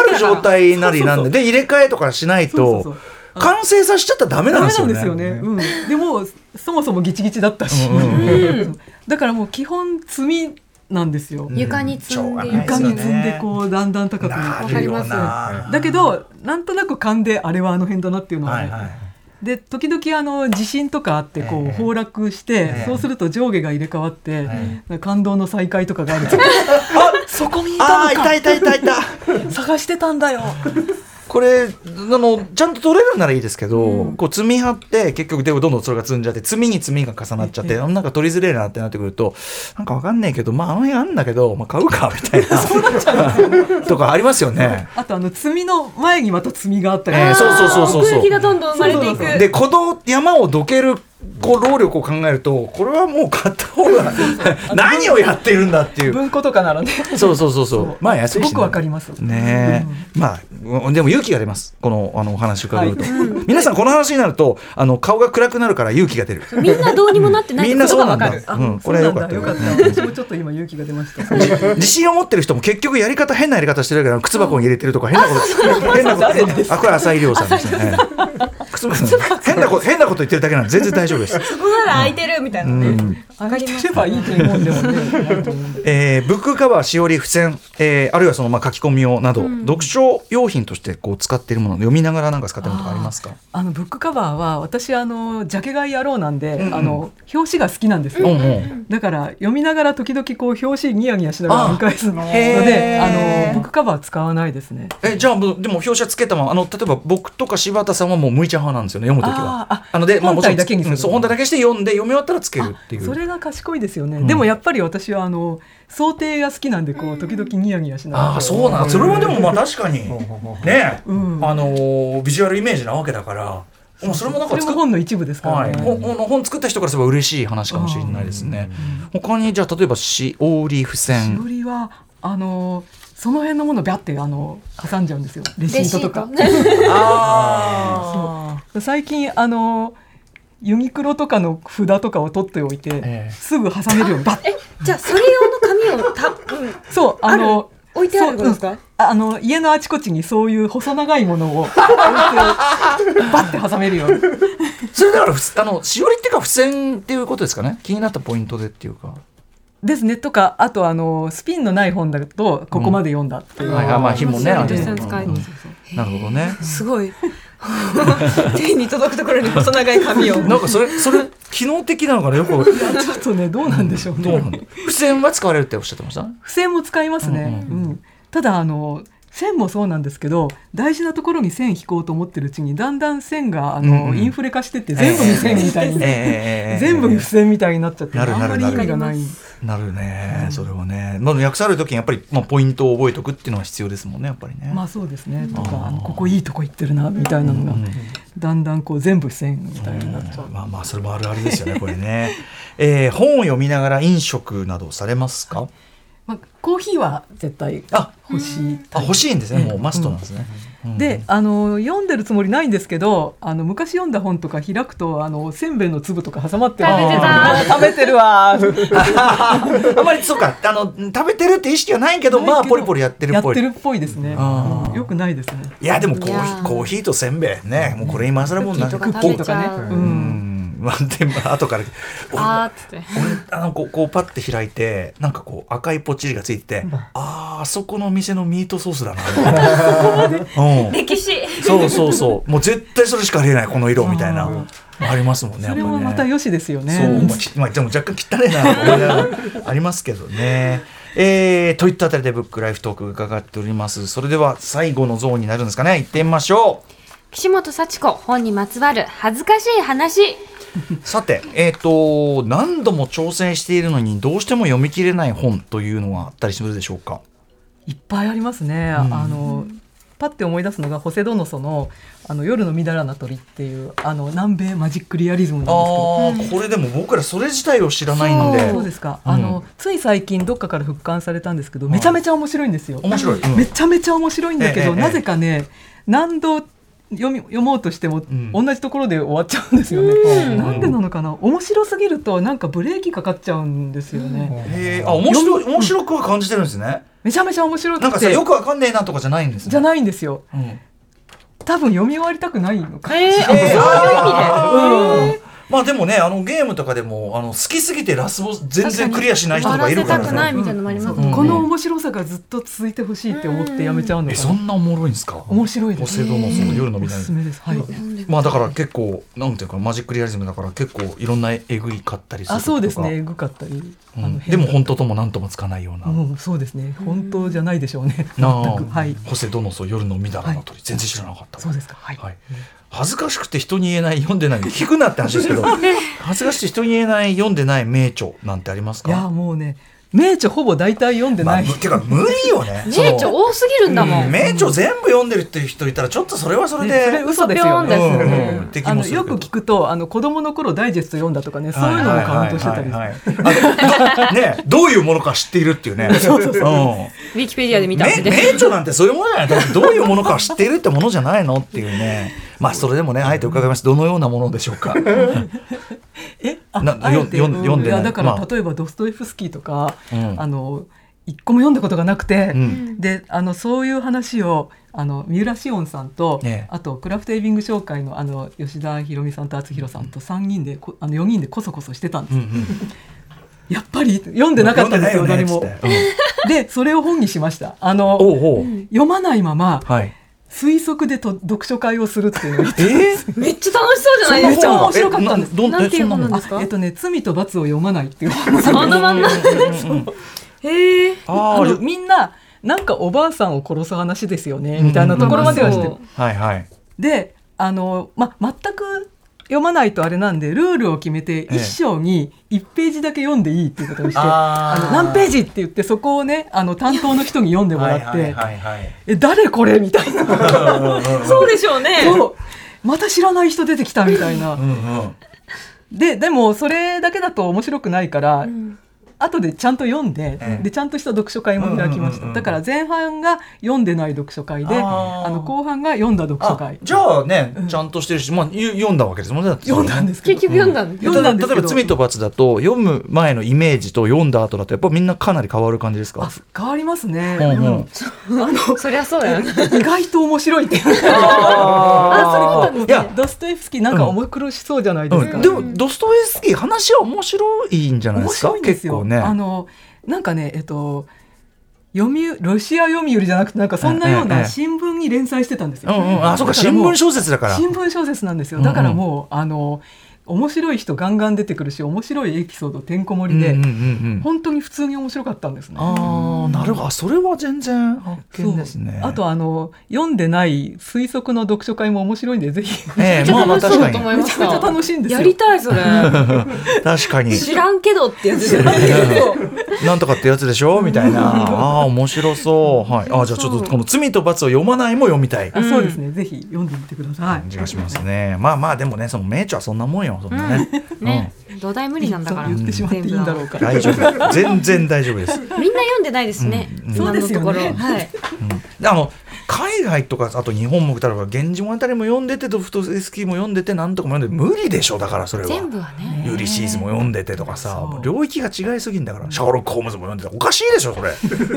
Speaker 1: ある状態なりなんでで入れ替えとかしない
Speaker 3: そうそう
Speaker 1: と完成させちゃったらダメ
Speaker 3: ダ
Speaker 1: なん
Speaker 3: メ
Speaker 1: で
Speaker 3: なんですすよ
Speaker 1: よ
Speaker 3: ね。
Speaker 1: ね。
Speaker 3: うん、でもそもそもギチギチだったし、
Speaker 1: うん
Speaker 3: だからもう基本積みなんですよ。
Speaker 2: 床に積んでいく
Speaker 3: 床に積んでこうだんだん高く
Speaker 1: な
Speaker 2: わ
Speaker 1: る
Speaker 2: かり
Speaker 1: よ
Speaker 2: ます
Speaker 1: な
Speaker 3: だけどなんとなく勘であれはあの辺だなっていうのが、
Speaker 1: はいはい
Speaker 3: で時々あの地震とかあってこう
Speaker 1: ええ
Speaker 3: 崩落して、
Speaker 1: ええ
Speaker 3: そうすると上下が入れ替わって、
Speaker 1: え
Speaker 3: なんか感動の再会とかがあ るあそこにいた
Speaker 1: あー
Speaker 3: の
Speaker 1: いた
Speaker 3: か
Speaker 1: いたいたいた
Speaker 3: 探してたんだよ
Speaker 1: これあのちゃんと取れるならいいですけど、こう積み張って結局でもどんどんそれが積んじゃって積みに積みが重なっちゃって、なんか取りづれえなってなってくるとなんかわかんないけどまああの辺あんだけど、まあ、買うかみたい なとかありますよね。
Speaker 3: あとあの積みの前にまた積みがあったり、
Speaker 1: ええそうそうそうそうそう
Speaker 5: 奥行きがどんどん生まれていく。
Speaker 1: でこの山をどけるこう労力を考えるとこれはもう買った方 が何をやってるんだっていう。
Speaker 3: 文庫とかならね
Speaker 1: そうそうそうそう。 まあ安いし
Speaker 3: す
Speaker 1: ね
Speaker 3: ごくわかります
Speaker 1: ねえ、まあでも勇気が出ますこのあのお話伺うと、皆さんこの話になるとあの顔が暗くなるから勇気が出る
Speaker 5: みんなどうにもなってない
Speaker 1: み
Speaker 5: っ
Speaker 1: ん
Speaker 5: て
Speaker 1: な
Speaker 5: こと
Speaker 1: そう
Speaker 5: が
Speaker 1: なん
Speaker 5: わか
Speaker 1: だ
Speaker 5: る。
Speaker 3: あ
Speaker 1: うん、これはよかった
Speaker 3: そう
Speaker 1: よ
Speaker 3: な
Speaker 1: か
Speaker 3: ん
Speaker 1: っ
Speaker 3: だよかった私もちょっと今勇気が出ました
Speaker 1: た自信を持ってる人も結局やり方変なやり方してるから靴箱に入れてるとか変なこと変なことあこれ浅井亮さんですねええ靴箱変なこと変なこと言ってるだけなんで全然大丈夫 です
Speaker 5: そこなら空いてるみたいなね。
Speaker 3: 上げてればいいと思うんでもねないと思うんで
Speaker 1: えーブックカバーしおり付箋、えーあるいはそのまあ書き込み用など、読書用品としてこう使っているもの読みながらなんか使ってるものとかありますか
Speaker 3: あのブックカバーは私あのジャケ買い野郎なんで、あの表紙が好きなんですよ、
Speaker 1: うんうん
Speaker 3: だから読みながら時々こう表紙ニヤニヤしながら見返すの
Speaker 1: あ
Speaker 3: で
Speaker 1: へ
Speaker 3: あ
Speaker 1: ー
Speaker 3: のブックカバー使わないですね
Speaker 1: えじゃあもうでも表紙はつけたままあの例えば僕とか柴田さんはもう向いちゃう派なんですよね読むときは
Speaker 3: あーあ
Speaker 1: なので、まあ、
Speaker 3: 本体だけにす
Speaker 1: も
Speaker 3: る
Speaker 1: ちろんうんそう本体だけして読んで読み終わったらつけるっていう
Speaker 3: それが賢いですよね、でもやっぱり私はあの想定が好きなんでこう時々ニヤニヤしながら
Speaker 1: ああそうなんだそれはでもまあ確かにね、
Speaker 3: ん
Speaker 1: あのービジュアルイメージなわけだからもうそれもなん
Speaker 3: そ
Speaker 1: か
Speaker 3: れ
Speaker 1: 作
Speaker 3: も
Speaker 1: っ
Speaker 3: 本の一部ですから
Speaker 1: はい、
Speaker 3: ね、
Speaker 1: 本本本作った人からすれば嬉しい話かもしれないですね。他にじゃあ例えばしおり付
Speaker 3: し
Speaker 1: 箋
Speaker 3: おりはあのその辺のものをビャってあの挟んじゃうんですよレシ
Speaker 5: レ
Speaker 3: ー
Speaker 5: シ
Speaker 3: ト
Speaker 5: ー
Speaker 3: と
Speaker 5: ト
Speaker 3: か。
Speaker 1: あ
Speaker 3: そう最近あのユニクロとかの札とかを取っておいて、
Speaker 1: ええ
Speaker 3: すぐ挟めるようにバッ
Speaker 5: え、じゃあそれ用の紙をた、うん、
Speaker 3: そうあの
Speaker 5: 置いてあるんですか
Speaker 3: そううんああの家のあちこちにそういう細長いものを 置いてバッて挟めるように
Speaker 1: それだからふすあのしおりっていうか付箋っていうことですかね気になったポイントでっていうか、
Speaker 3: ですねとかあとあのスピンのない本だとここまで読んだっていう、
Speaker 1: はいあまあ日もね
Speaker 5: そう
Speaker 1: あれ
Speaker 5: 実際使え
Speaker 1: う
Speaker 5: る
Speaker 1: んなるほどね。
Speaker 5: すごい。 手に届くところに細長い紙を。
Speaker 1: なんかそれそれ機能的なのかなよくわかんない
Speaker 3: ちょっとねどうなんでしょうね、
Speaker 1: どうなんだ付箋は使われるっておっしゃってました。
Speaker 3: 付箋も使いますね、うんただあの線もそうなんですけど大事なところに線引こうと思ってるうちにだんだん線があの、
Speaker 1: うんうん
Speaker 3: インフレ化してって全部に線みたいに、
Speaker 1: ええ
Speaker 3: 全部に付箋みたいになっちゃって
Speaker 1: なるなる
Speaker 3: あんまり意味がない
Speaker 1: なるね、それはね。まあ訳される時にやっぱりまあポイントを覚えておくっていうのは必要ですもんねやっぱりね。
Speaker 3: まあそうですねとかあのここいいとこ行ってるなみたいなのが、だんだんこう全部線みたいになっちゃう、
Speaker 1: まあまあそれもあるあるですよね これね、えー本を読みながら飲食などされますか
Speaker 3: まあ、コーヒーは絶対
Speaker 1: あ
Speaker 3: 欲しい
Speaker 1: あ欲しいんですねもうマストなんですね、うん
Speaker 3: であの読んでるつもりないんですけどあの昔読んだ本とか開くとあのせんべいの粒とか挟まってる
Speaker 1: 食べてた
Speaker 3: あー食べてるわー
Speaker 1: あんまりそうかあの食べてるって意識はないけどまあポリポリやってるっぽい
Speaker 3: やってるっぽいですね、
Speaker 1: あー
Speaker 3: うんよくないですね
Speaker 1: いやでもコーヒ
Speaker 2: いや
Speaker 1: ー
Speaker 2: ー
Speaker 1: コーヒーとせんべいねもうこれ今更もうな
Speaker 2: クッキーとか
Speaker 1: こう
Speaker 2: 食べちゃう
Speaker 3: う、
Speaker 1: うんんまあでも後から俺
Speaker 2: あーっつって。
Speaker 1: 俺あのこうこうパッて開いてなんかこう赤いポッチリがついてて、あーあそこの店のミートソー スだなうん
Speaker 5: 歴史。
Speaker 1: そうそうそうもう絶対それしかありえないこの色みたいなありますもんねや
Speaker 3: そ
Speaker 1: っぱ
Speaker 3: れ
Speaker 1: り
Speaker 3: もまた
Speaker 1: ね
Speaker 3: よしですよね
Speaker 1: そう、まあきまあ、でも若干汚いなと思いなが らありますけどね。えーといったあたりでブックライフトーク伺っておりますそれでは最後のゾーンになるんですかね行ってみましょう
Speaker 2: 岸本幸子本にまつわる恥ずかしい話。
Speaker 1: さて、えー、と何度も挑戦しているのにどうしても読み切れない本というのはあったりするでしょうか
Speaker 3: いっぱいありますね、あのパッて思い出すのがホセ・ドノソの「あの夜のみだらな鳥」っていうあの南米マジックリアリズムなんですけ
Speaker 1: あー
Speaker 3: ど
Speaker 1: これでも僕らそれ自体を知らないので
Speaker 3: そうですか、あのつい最近どっかから復刊されたんですけどめちゃめちゃ面白いんですよ、
Speaker 1: 面白い、うん
Speaker 3: めちゃめちゃ面白いんだけ
Speaker 1: ええ
Speaker 3: ど、
Speaker 1: ええ
Speaker 3: なぜかね何度読み読もうとしても、
Speaker 1: ん
Speaker 3: 同じところで終わっちゃうんですよね。なんでなのかな面白すぎるとなんかブレーキかかっちゃうんですよね。
Speaker 1: へーあ面白い面白くは感じてるんですね
Speaker 3: めちゃめちゃ面白くて
Speaker 1: なんかさよくわかんねえなとかじゃないんですね
Speaker 3: じゃないんですよ。
Speaker 1: うん
Speaker 3: 多分読み終わりたくないのか。
Speaker 1: えーあー
Speaker 3: うん
Speaker 1: まあでもねあのゲームとかでもあの好きすぎてラスボス全然クリアしない人と
Speaker 2: 終
Speaker 1: か
Speaker 2: わ
Speaker 1: い
Speaker 2: ら
Speaker 1: る
Speaker 2: せ
Speaker 1: か
Speaker 2: た
Speaker 1: ら
Speaker 2: くない
Speaker 1: さ
Speaker 2: みたいなのもあります
Speaker 3: う
Speaker 2: もん
Speaker 3: ん
Speaker 2: ね
Speaker 3: この面白さがずっと続いてほしいって思ってやめちゃうの
Speaker 1: え
Speaker 3: か
Speaker 1: そ
Speaker 3: なん
Speaker 1: なおもろいんですか
Speaker 3: 面白いで
Speaker 1: お
Speaker 3: す
Speaker 1: 世話もその夜の
Speaker 3: お
Speaker 1: みたい
Speaker 3: す
Speaker 1: な
Speaker 3: すめですはい
Speaker 1: まあだから結構なんていうかマジックリアリズムだから結構いろんなえぐいかったりする
Speaker 3: あそうですねえ
Speaker 1: と
Speaker 3: ぐかったり
Speaker 1: か
Speaker 3: あ
Speaker 1: うん
Speaker 3: の
Speaker 1: でも
Speaker 3: 変
Speaker 1: 本当とも何ともつかないような、
Speaker 3: うんそうですね本当じゃないでしょうね全
Speaker 1: なあ、
Speaker 3: くはい
Speaker 1: ホセ・ドノソ夜のみだらの鳥、全然知らなかった
Speaker 3: そうですかはい
Speaker 1: はい、恥ずかしくて人に言えない読んでない聞くなって話ですけど 恥ずかしくて人に言えない読んでない名著なんてあります
Speaker 3: いや
Speaker 1: か
Speaker 3: もうね名著ほぼ大体読んで
Speaker 1: ま
Speaker 3: な
Speaker 1: あ、
Speaker 3: い
Speaker 1: むてか無理よ ね
Speaker 2: 名著多すぎるんだも。
Speaker 1: うん名著全部読んでるっていう人いたらちょっとそれはそれ
Speaker 3: ねそれ
Speaker 1: で、
Speaker 3: 嘘ですよね。
Speaker 2: 嘘ぴょんですね
Speaker 1: うんうんって気
Speaker 3: あ
Speaker 1: も
Speaker 3: の
Speaker 1: する
Speaker 3: よ
Speaker 1: けど
Speaker 3: く聞くとあの子供の頃ダイジェスト読んだとかねそういうのもカウントしてたり。
Speaker 1: はいはいはいはいあのどねどういうものか知っているって いうね。うん
Speaker 2: ウィキペディアで見た
Speaker 1: め
Speaker 2: みたいな。
Speaker 1: 名著なんてそういうものじゃないどういうものか知っているってものじゃないのっていう ねまあそれでもねあえて伺いますどのようなものでしょう か
Speaker 3: えあ
Speaker 1: な
Speaker 3: あえて
Speaker 1: よん読んでない
Speaker 3: やだから、
Speaker 1: まあ
Speaker 3: 例えばドストエフスキーとか、
Speaker 1: うん
Speaker 3: あの一個も読んだことがなくて、
Speaker 1: うん
Speaker 3: であのそういう話をあの三浦紫音さんと、
Speaker 1: ええ
Speaker 3: あとクラフトエイビング商会のあの吉田ひろみさんと厚弘さんと三人でこあの四人でこそこそしてたんです。
Speaker 1: うんうん
Speaker 3: やっぱり読んでなかったんですよ何も。
Speaker 1: 読んでないよねっつって
Speaker 3: でそれを本にしました。あ
Speaker 1: うんお
Speaker 3: の
Speaker 1: うおう
Speaker 3: 読まないまま
Speaker 1: はい
Speaker 3: 推測でと読書会をするっていうのを
Speaker 1: えー
Speaker 2: めっちゃ楽しそうじゃないです
Speaker 3: め
Speaker 2: か
Speaker 3: っちゃ面白かったんです
Speaker 1: えど
Speaker 2: なんて
Speaker 1: え
Speaker 2: いう
Speaker 1: そな
Speaker 2: 本なん
Speaker 1: の
Speaker 2: ですか
Speaker 3: あえっとね「罪と罰を読まない」っていう本なんです
Speaker 2: そのまんま。へえ。
Speaker 1: あ
Speaker 3: あの
Speaker 1: ー
Speaker 3: みんななんかおばあさんを殺す話ですよねみたいなところまではして
Speaker 2: うん
Speaker 1: はいはい
Speaker 3: であの、ま、全く読まないとあれなんでルールを決めて
Speaker 1: え
Speaker 3: 一章に1ページだけ読んでいいっていうことにして、
Speaker 1: あ
Speaker 3: あ
Speaker 1: ー
Speaker 3: の何ページって言ってそこをねあの担当の人に読んでもらって「
Speaker 1: はいはいはい
Speaker 3: え誰これ?」みたいな
Speaker 2: そうでしょうね。
Speaker 3: そうまた知らない人出てきたみたいな。
Speaker 1: うんうん
Speaker 3: ででもそれだけだと面白くないから、後でちゃんと読んで,、
Speaker 1: ええ
Speaker 3: でちゃんとした読書会も開きま
Speaker 1: うんうん
Speaker 3: した、
Speaker 1: うんうん
Speaker 3: だから前半が読んでない読書会で
Speaker 1: あ
Speaker 3: あ
Speaker 1: ー
Speaker 3: の後半が読んだ読書
Speaker 1: あ
Speaker 3: 会
Speaker 1: じゃあねちゃんとしてるしまあゆ読んだわけですもんねだってそれ
Speaker 3: 読ん
Speaker 1: ね
Speaker 3: だんですけ
Speaker 2: 結
Speaker 3: ど
Speaker 2: 局読んだんです。
Speaker 3: 読んだんですけ
Speaker 1: 例え
Speaker 3: ど
Speaker 1: ば「罪と罰」だと読む前のイメージと読んだ後だとやっぱみんなかなり変わる感じですか
Speaker 3: あ変わりますね、
Speaker 1: うんうん
Speaker 2: そりゃそうや。
Speaker 3: 意外と面白いっていう
Speaker 1: あ
Speaker 2: あそういうことなんですね
Speaker 1: いや
Speaker 3: ドストエフスキーなんか面白しそうじゃないで
Speaker 1: う
Speaker 3: すか、
Speaker 1: ん、でもドストエフスキー話は面白いんじゃないで
Speaker 3: 面
Speaker 1: すか
Speaker 3: 白いんですよ、
Speaker 1: 結構ね
Speaker 3: あのなんかねえっと読売ロシア読売じゃなくてなんかそんなよ
Speaker 1: え
Speaker 3: う
Speaker 1: ええ
Speaker 3: な
Speaker 1: え
Speaker 3: 新聞に連載してたんですよ、
Speaker 1: うんうんあそうか
Speaker 3: だら
Speaker 1: 新
Speaker 3: も
Speaker 1: 聞小説だから
Speaker 3: 新聞小説なんですよだからもう、あの面白い人ガンガン出てくるし面白いエピソードてんこ盛りで、
Speaker 1: うんうんうんうん
Speaker 3: 本当に普通に面白かったんですね。
Speaker 1: ああなるほどそれは全然発見ですね
Speaker 3: そうあとあの読んでない推測の読書会も面白いんでぜひめ
Speaker 1: ええまあまあ確かに
Speaker 3: ちゃくちゃ楽しいんですよ。
Speaker 2: やりたいそれ。
Speaker 1: 確かに
Speaker 2: 知らんけどってやつですよね。
Speaker 1: なんとかってやつでしょみたいなああー面白そう、はい、あーじゃあちょっとこの「罪と罰」を読まないも読みたい
Speaker 3: あそうですね、ぜひ読んでみてください。
Speaker 1: 感じがしますねまあまあでもねその名著はそんなもんよそんなね,、うん、
Speaker 2: ね、土台無理なんだから。
Speaker 3: そう言ってしまっていいんだろうか。
Speaker 1: 大丈夫全然大丈夫です
Speaker 2: みんな読んでないですね。今のところ
Speaker 3: そうですよね
Speaker 2: はい。
Speaker 1: であの海外とかあと日本も例えば「源氏物語」も読んでて「ドフトエフスキー」も読んでてなんとかも読んで無理でしょだからそれは。
Speaker 2: 全部はね。
Speaker 1: ユリシーズも読んでてとかさ
Speaker 3: そう
Speaker 1: もう領域が違いすぎんだからシャーロック・ホームズも読んでておかしいでしょそ れ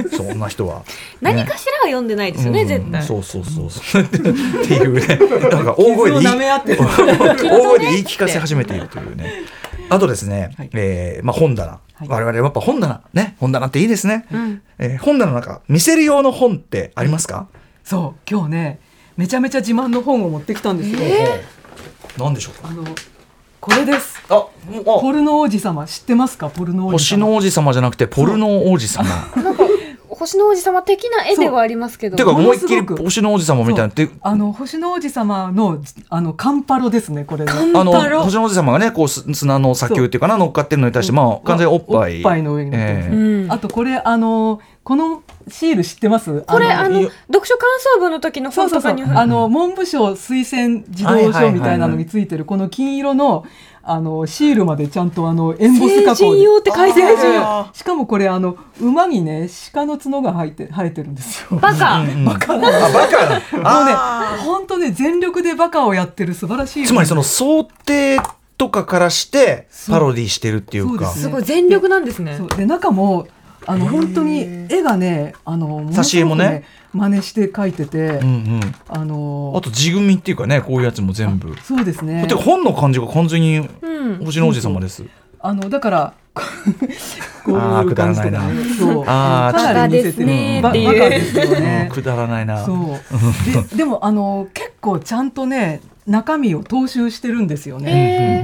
Speaker 1: そんな人は。
Speaker 2: 何かしらは読んでないですよね、
Speaker 1: うん
Speaker 2: 絶対。
Speaker 1: そうそうそうそうっていうねなんか大声で言い
Speaker 3: 傷を舐め合ってる
Speaker 1: 大声で言い聞かせ始めているというねあとですね、
Speaker 3: はい
Speaker 1: えーまあ、本棚、
Speaker 3: はい
Speaker 1: 我々やっぱ本棚ね本棚っていいですね、
Speaker 2: ん
Speaker 1: えー本棚の中見せる用の本ってありますか、
Speaker 3: そう今日ねめちゃめちゃ自慢の本を持ってきたんですよ。
Speaker 1: なんでしょうか
Speaker 3: あのこれです。
Speaker 1: あも
Speaker 3: ポ
Speaker 1: う
Speaker 3: ルノ王子様知ってますかポルノ
Speaker 1: あ
Speaker 3: 王子
Speaker 1: 星
Speaker 3: 様。
Speaker 1: の王子様じゃなくてポルノ王子様
Speaker 2: 星の王子様的な絵ではありますけど。
Speaker 1: てか
Speaker 3: も
Speaker 1: 思
Speaker 3: の
Speaker 1: いっ
Speaker 3: すご
Speaker 1: き
Speaker 3: く
Speaker 1: り星の王子様みたいなで
Speaker 3: あの星の王子様のあのカンパロですねこれね。
Speaker 1: あの星の王子様がねこうす砂の砂丘っていうかな乗っかってるのに対してまあ完全におっぱい
Speaker 3: おっぱいの上に乗ってます
Speaker 1: え
Speaker 3: ね
Speaker 2: うん
Speaker 3: あとこれあのこのシール知ってます？
Speaker 2: これあの
Speaker 3: い
Speaker 2: 読書感想文の時の
Speaker 3: そう
Speaker 2: 本
Speaker 3: そ
Speaker 2: と
Speaker 3: うそ
Speaker 2: か
Speaker 3: う
Speaker 2: に
Speaker 3: あの文部省推薦児童書みたいなのについてるこの金色のあのシールまでちゃんとあのエンボス加工
Speaker 2: 成
Speaker 3: で
Speaker 2: 人用って書いてある
Speaker 1: あ
Speaker 3: しかもこれあの馬にね鹿の角が生えて生えてるんですよ。
Speaker 2: バカ。
Speaker 1: えバカなあバカな
Speaker 3: もうね
Speaker 1: あ
Speaker 3: 本当ね全力でバカをやってる素晴らしい。
Speaker 1: ーつまりその想定とかからしてパロディしてるっていう
Speaker 3: そうで
Speaker 1: か
Speaker 3: すね
Speaker 2: すごい全力なんですね
Speaker 3: そう。で中もあの本当に絵がねあのものすごく
Speaker 1: 挿絵もね
Speaker 3: 真似して描いてて、
Speaker 1: うんうん、
Speaker 3: あの
Speaker 1: あと地組みっていうかねこういうやつも全部
Speaker 3: そうですね
Speaker 1: で本の感じが完全に
Speaker 2: うん
Speaker 1: 星の王子様です、
Speaker 3: あの だからこう
Speaker 1: あーくだらないな
Speaker 3: 感じとかねそう
Speaker 1: あー
Speaker 3: かなり似せてる
Speaker 1: バカですね
Speaker 3: バカですよ
Speaker 1: うん
Speaker 3: ね
Speaker 1: くだらないな
Speaker 3: そうででもあの結構ちゃんとね中身を踏襲してるんですよね。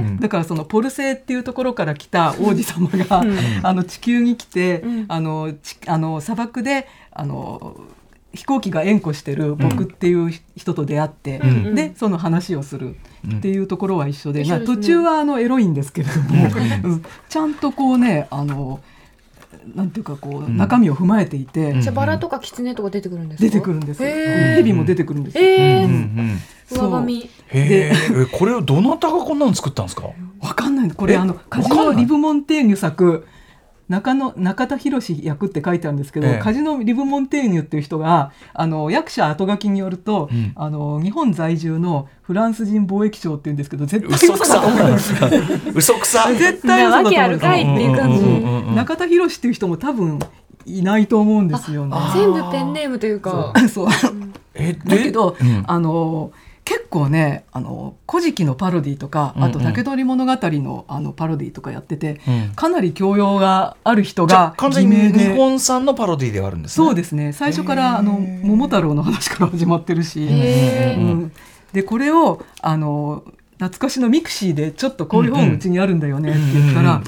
Speaker 2: え
Speaker 1: うんうん
Speaker 3: だからそのポルセイっていうところから来た王子様が、あの地球に来て、
Speaker 2: ん
Speaker 3: あのちあの砂漠であの飛行機が縁故してる僕っていう人と出会って、
Speaker 1: ん
Speaker 3: でその話をするっていうところは一緒で、
Speaker 2: うん
Speaker 3: まあ
Speaker 2: 一緒ですね
Speaker 3: 途中はあのエロいんですけれども、うんちゃんとこうねあのなんていうかこう、
Speaker 1: ん
Speaker 3: 中身を踏まえていて、
Speaker 1: うん
Speaker 2: じゃあバラとか狐とか出てくるんですか
Speaker 3: 出てくるんですよ。
Speaker 2: へー
Speaker 3: 蛇も出てくるんですよ。
Speaker 2: え
Speaker 1: うんう
Speaker 2: ー
Speaker 1: ん
Speaker 3: そう
Speaker 2: 上髪
Speaker 1: へーえこれをどなたがこんなの作ったんですか
Speaker 3: わかんないこれあのカジ
Speaker 1: わか
Speaker 3: ノ
Speaker 1: んない
Speaker 3: リブモンテーニュ作中野中田博役って書いてあるんですけど、
Speaker 1: ええ
Speaker 3: カジノ・リブモンテーニュっていう人があの役者後書きによると、
Speaker 1: うん
Speaker 3: あの日本在住のフランス人貿易商っていうんですけど絶対
Speaker 1: 嘘
Speaker 3: 嘘
Speaker 1: く
Speaker 3: だ
Speaker 1: さ
Speaker 3: と思います
Speaker 1: 嘘くさ
Speaker 3: 絶対嘘だと思い
Speaker 2: なわけあ
Speaker 3: ま
Speaker 2: る
Speaker 3: す
Speaker 2: かいっていう感じ
Speaker 1: うんうんうんうん
Speaker 3: 中田博っていう人も多分いないと思うんですよね。
Speaker 2: 全部ペンネームというか
Speaker 3: そう
Speaker 1: え
Speaker 3: だ
Speaker 1: で
Speaker 3: けど、
Speaker 1: うん
Speaker 3: あの結構ね「あの古事記」のパロディとか、あと「
Speaker 1: うんうん
Speaker 3: 竹取物語の」あのパロディとかやってて、
Speaker 1: うん
Speaker 3: かなり教養がある人
Speaker 1: じゃあ
Speaker 3: が
Speaker 1: 完
Speaker 3: 偽
Speaker 1: 全に
Speaker 3: 名
Speaker 1: 日
Speaker 3: で。
Speaker 1: 本産のパロディではあるんですね
Speaker 3: そうですね最初からあの桃太郎の話から始まってるし、
Speaker 2: へ
Speaker 1: うん
Speaker 3: うんでこれをあの懐かしのミクシーでちょっとこういう本うちにあるんだよねって言った
Speaker 1: うんう
Speaker 3: ら
Speaker 1: ん、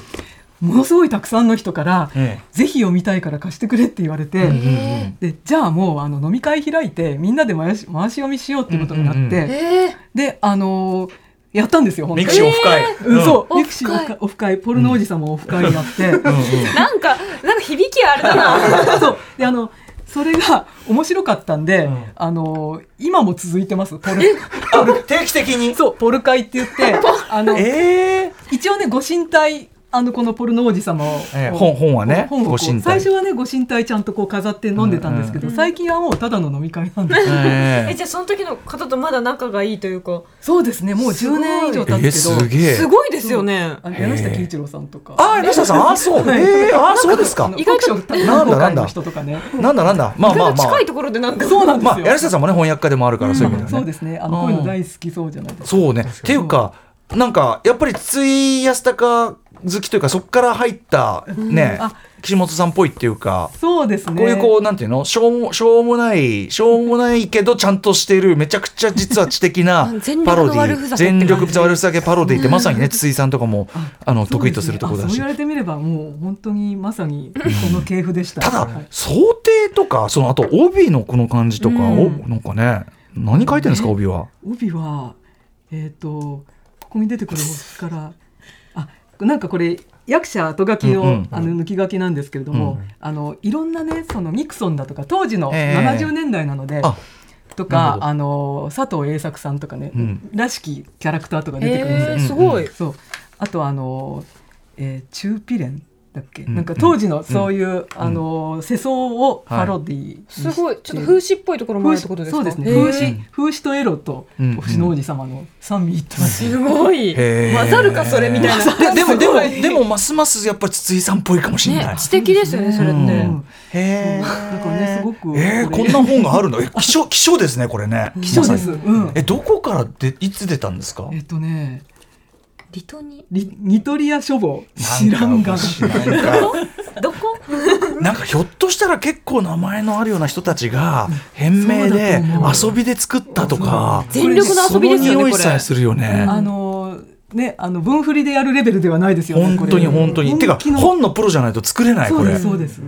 Speaker 3: ものすごいたくさんの人から、
Speaker 1: え
Speaker 3: ぜひ読みたいから貸してくれって言われて、
Speaker 1: えうん
Speaker 3: でじゃあもうあの飲み会開いてみんなで回し回し読みしようってことになって、
Speaker 1: うんうんうん
Speaker 2: え
Speaker 3: であのーやったんですよ
Speaker 1: うんミ
Speaker 3: 本当に
Speaker 1: クシーオフ会
Speaker 3: うん、そう、
Speaker 2: オフ会
Speaker 3: ミクシーオフ会オフ会ポルノおじさんもオフ会やって、
Speaker 1: うんうん
Speaker 2: ーなんかなんか響きあれだな
Speaker 3: そうであのそれが面白かったんで、
Speaker 1: うん
Speaker 3: あのー今も続いてますポル
Speaker 1: あ定期的に
Speaker 3: そうポル会って言ってあの
Speaker 1: ええ
Speaker 3: 一応ねご神体あのこのポルノ王子様を、
Speaker 1: ええ本本はね
Speaker 3: 本をこ
Speaker 1: ご
Speaker 3: う
Speaker 1: 神体
Speaker 3: 最初はねご神体ちゃんとこう飾って飲んでたんですけど、
Speaker 2: うん
Speaker 3: 最近はもうただの飲み会なんで、
Speaker 1: え
Speaker 2: えじゃあその時の方とまだ仲がいいというか
Speaker 3: そうですねもう10年以上経
Speaker 1: え
Speaker 3: つけ
Speaker 1: え
Speaker 3: ど、
Speaker 1: すげえ
Speaker 2: すごいですよね
Speaker 3: あの柳下喜一郎さんとか。
Speaker 1: あ吉田さんあそうええあそう ですか
Speaker 3: の
Speaker 2: 意外と
Speaker 3: 国書担当会の人とかね。
Speaker 1: なんだなんだまあまあまあ
Speaker 2: 近いところでなんか
Speaker 3: そうなんです
Speaker 1: ま
Speaker 3: よ。
Speaker 1: あ柳下さんもね翻訳家でもあるからそういう意味で
Speaker 3: そ
Speaker 1: は
Speaker 3: う
Speaker 1: ね
Speaker 3: ですね。あのこういうの大好きそうじゃないですか。
Speaker 1: そうね。っていうか、なんか、やっぱり筒井康隆好きというか、そこから入った、ね、
Speaker 3: あ
Speaker 1: 岸本さんっぽいっていうか、
Speaker 3: そうですね。
Speaker 1: こういうこう、なんていうのしょうも、しょうもない、しょうもないけど、ちゃんとしてる、めちゃくちゃ実は知的 な
Speaker 2: 全力
Speaker 1: パ
Speaker 2: の
Speaker 1: ロデ
Speaker 2: 悪ふ
Speaker 1: ィ。
Speaker 2: ざけって
Speaker 1: 全
Speaker 2: 感じ
Speaker 1: 力悪ふざけパロディって、まさにね、筒井さんとかも、あの、
Speaker 3: そう
Speaker 1: 得
Speaker 3: ですね
Speaker 1: 意とするところ
Speaker 3: あ
Speaker 1: だ
Speaker 3: そう
Speaker 1: し
Speaker 3: 言わ。れてみればもう本当にまさにその系譜でした。
Speaker 1: ただ
Speaker 3: はい、
Speaker 1: 想定とか、その、あと、帯のこの感じとか、おなんかね、何書いてるんですか、帯は。
Speaker 3: 帯はえっ、とここに出てくる星からあなんかこれ役者後書きの,、
Speaker 1: うんうんうん
Speaker 3: あの抜き書きなんですけれども、
Speaker 1: うん
Speaker 3: あのいろんなねそのニクソンだとか当時の
Speaker 1: ええ
Speaker 3: 70年代なので、
Speaker 1: あなる
Speaker 3: とか
Speaker 1: ほど
Speaker 3: あの佐藤栄作さんとかね、
Speaker 1: うん
Speaker 3: らしきキャラクターとか出てくるんですよ。
Speaker 2: えーすごい
Speaker 3: そうあとあの、えー中ピレンだっけ、
Speaker 1: ん
Speaker 3: なんか当時のそういう、あの世相をパロディにして
Speaker 2: すごいちょっと風刺っぽいところもあるってことですか
Speaker 3: そうですね
Speaker 2: へー
Speaker 3: 風刺風刺とエロと
Speaker 1: うん
Speaker 3: 星の王子様の三位一体
Speaker 2: すごい
Speaker 1: へー
Speaker 2: 混ざるかそれみたいな
Speaker 1: ででも、でも、でも、ますますやっぱり筒井さんっぽいかもしれな
Speaker 2: ね
Speaker 1: い。
Speaker 2: 知的ですよねそれっ
Speaker 1: う
Speaker 2: て
Speaker 1: ん
Speaker 3: ね
Speaker 1: へえ。
Speaker 3: なんかねすごく
Speaker 1: えー、こんな本があるの。え、貴重、貴重ですね、これね。
Speaker 3: 秘書で、
Speaker 1: ますさに。
Speaker 3: うん、
Speaker 1: え、どこからで、いつ出たんですか。
Speaker 3: えっとね
Speaker 2: リトニ
Speaker 3: リニトリア書房知らんがな
Speaker 1: なんか
Speaker 2: どこ
Speaker 1: なんかひょっとしたら結構名前のあるような人たちが変名で
Speaker 3: そうだと思
Speaker 1: 遊びで作ったとか
Speaker 2: 全力の遊びです
Speaker 1: その
Speaker 2: よね
Speaker 1: 匂い
Speaker 2: これ
Speaker 1: さえするよね
Speaker 3: あのねあの文振りでやるレベルではないですよね
Speaker 1: 本当に
Speaker 3: これ
Speaker 1: 本当にてか
Speaker 3: 気の
Speaker 1: 本のプロじゃないと作れない
Speaker 3: そ
Speaker 1: こ
Speaker 3: う
Speaker 1: れ
Speaker 3: ですそうです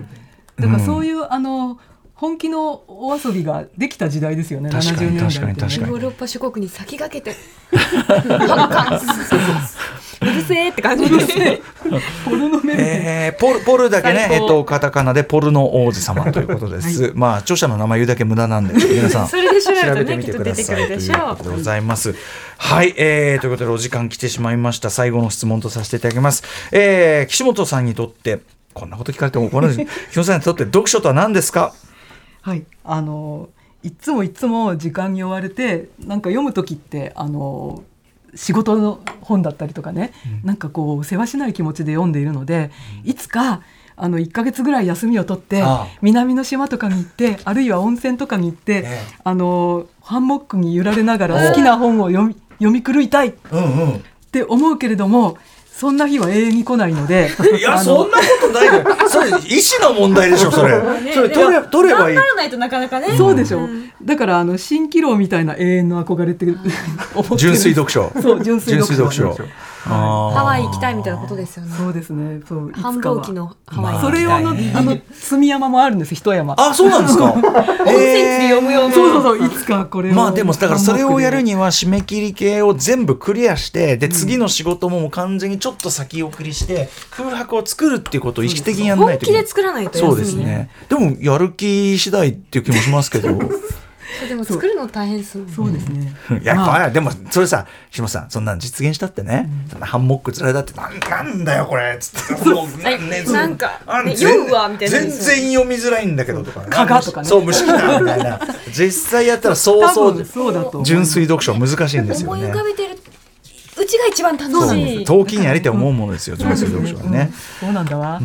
Speaker 3: だからそういう、あの本気のお遊びができた時代ですよね
Speaker 1: 確かに
Speaker 3: 70年代って
Speaker 1: 確
Speaker 3: ね
Speaker 1: かに確
Speaker 2: ヨ
Speaker 1: かに
Speaker 2: ーロッパ諸国に先駆 けてうるせえって感じですね
Speaker 3: ポルノメルヘン
Speaker 1: えーポルポルだけね、え
Speaker 2: 最
Speaker 1: っ
Speaker 2: 高
Speaker 1: と、カタカナでポルノ王子様ということです。まあ、著者の名前言うだけ無駄なんで、皆さん。
Speaker 2: それで調べると
Speaker 1: 調
Speaker 2: ね
Speaker 1: べてみてください
Speaker 2: きっと出てくるでしょ
Speaker 1: ということでございます。はい、えーということでお時間来てしまいました。最後の質問とさせていただきます。えー岸本さんにとって、こんなこと聞かれても怒らないです。岸本さんにとって読書とは何ですか
Speaker 3: はいあのいつもいつも時間に追われてなんか読む時ってあの仕事の本だったりとかね、なんかこう世話しない気持ちで読んでいるので、いつかあの1か月ぐらい休みを取って
Speaker 1: ああ
Speaker 3: 南の島とかに行ってあるいは温泉とかに行って、
Speaker 1: ええ
Speaker 3: あのハンモックに揺られながら好きな本を読み読み狂いたいっ
Speaker 1: うんうん
Speaker 3: て思うけれどもそんな日は永遠に来ないので
Speaker 1: いや、そんなことないよ。それ、医師の問題でしょ、それ。それ、取れ、取ればいい
Speaker 5: 頑張。らないとなかなかね。
Speaker 3: そうでしょ、だからあの蜃気楼みたいな永遠の憧れって思ってる
Speaker 1: 純粋読書。
Speaker 3: そう純粋
Speaker 1: 純粋
Speaker 3: 読書
Speaker 1: 読書。あー
Speaker 5: ハワイ行きたいみたいなことですよね。
Speaker 3: そうですねそういつかは
Speaker 5: 繁忙期のハワイ。
Speaker 3: それ用のあの積み山もあるんです一山
Speaker 1: あ、そうなんです か。ええ
Speaker 5: 読むような。
Speaker 3: そうそうそういつかこれを
Speaker 1: まあでもだからそれをやる
Speaker 3: に
Speaker 1: には締め切り系を全部クリアしてで次の仕事ももう完全にちょっと先送りして空白を作るっていうことを意識的にやらな
Speaker 5: 本
Speaker 1: いとい
Speaker 5: 気
Speaker 1: けない
Speaker 5: で作らないと
Speaker 1: そうです
Speaker 5: 休みに。
Speaker 1: ねでもやる気次第っていう気もしますけど
Speaker 5: でも作るの大変ですもんね。
Speaker 3: そうですね
Speaker 1: いやっ
Speaker 3: まあ
Speaker 1: ぱでもそれさ岸本さんそんなん実現したってね、そんなハンモックつらいだってなんなんだよこれつってもう
Speaker 5: はい
Speaker 1: ね
Speaker 5: なんか
Speaker 1: あ
Speaker 5: ね
Speaker 1: 全
Speaker 5: 酔うわみたいな
Speaker 1: 全然読みづらいんだけどとか
Speaker 3: 蚊がとかね
Speaker 1: そう無視だみたいな実際やったらそうそ
Speaker 3: 多分
Speaker 1: う
Speaker 3: そうだと思う
Speaker 1: 純粋読書難しいんですよ
Speaker 5: 思い
Speaker 1: ね
Speaker 5: 浮かべてるうちが一番楽
Speaker 1: そうなんで
Speaker 5: し
Speaker 1: す
Speaker 5: い。
Speaker 1: 陶器にやりて思うものですよ純粋読書はね。
Speaker 3: そうなんだわ、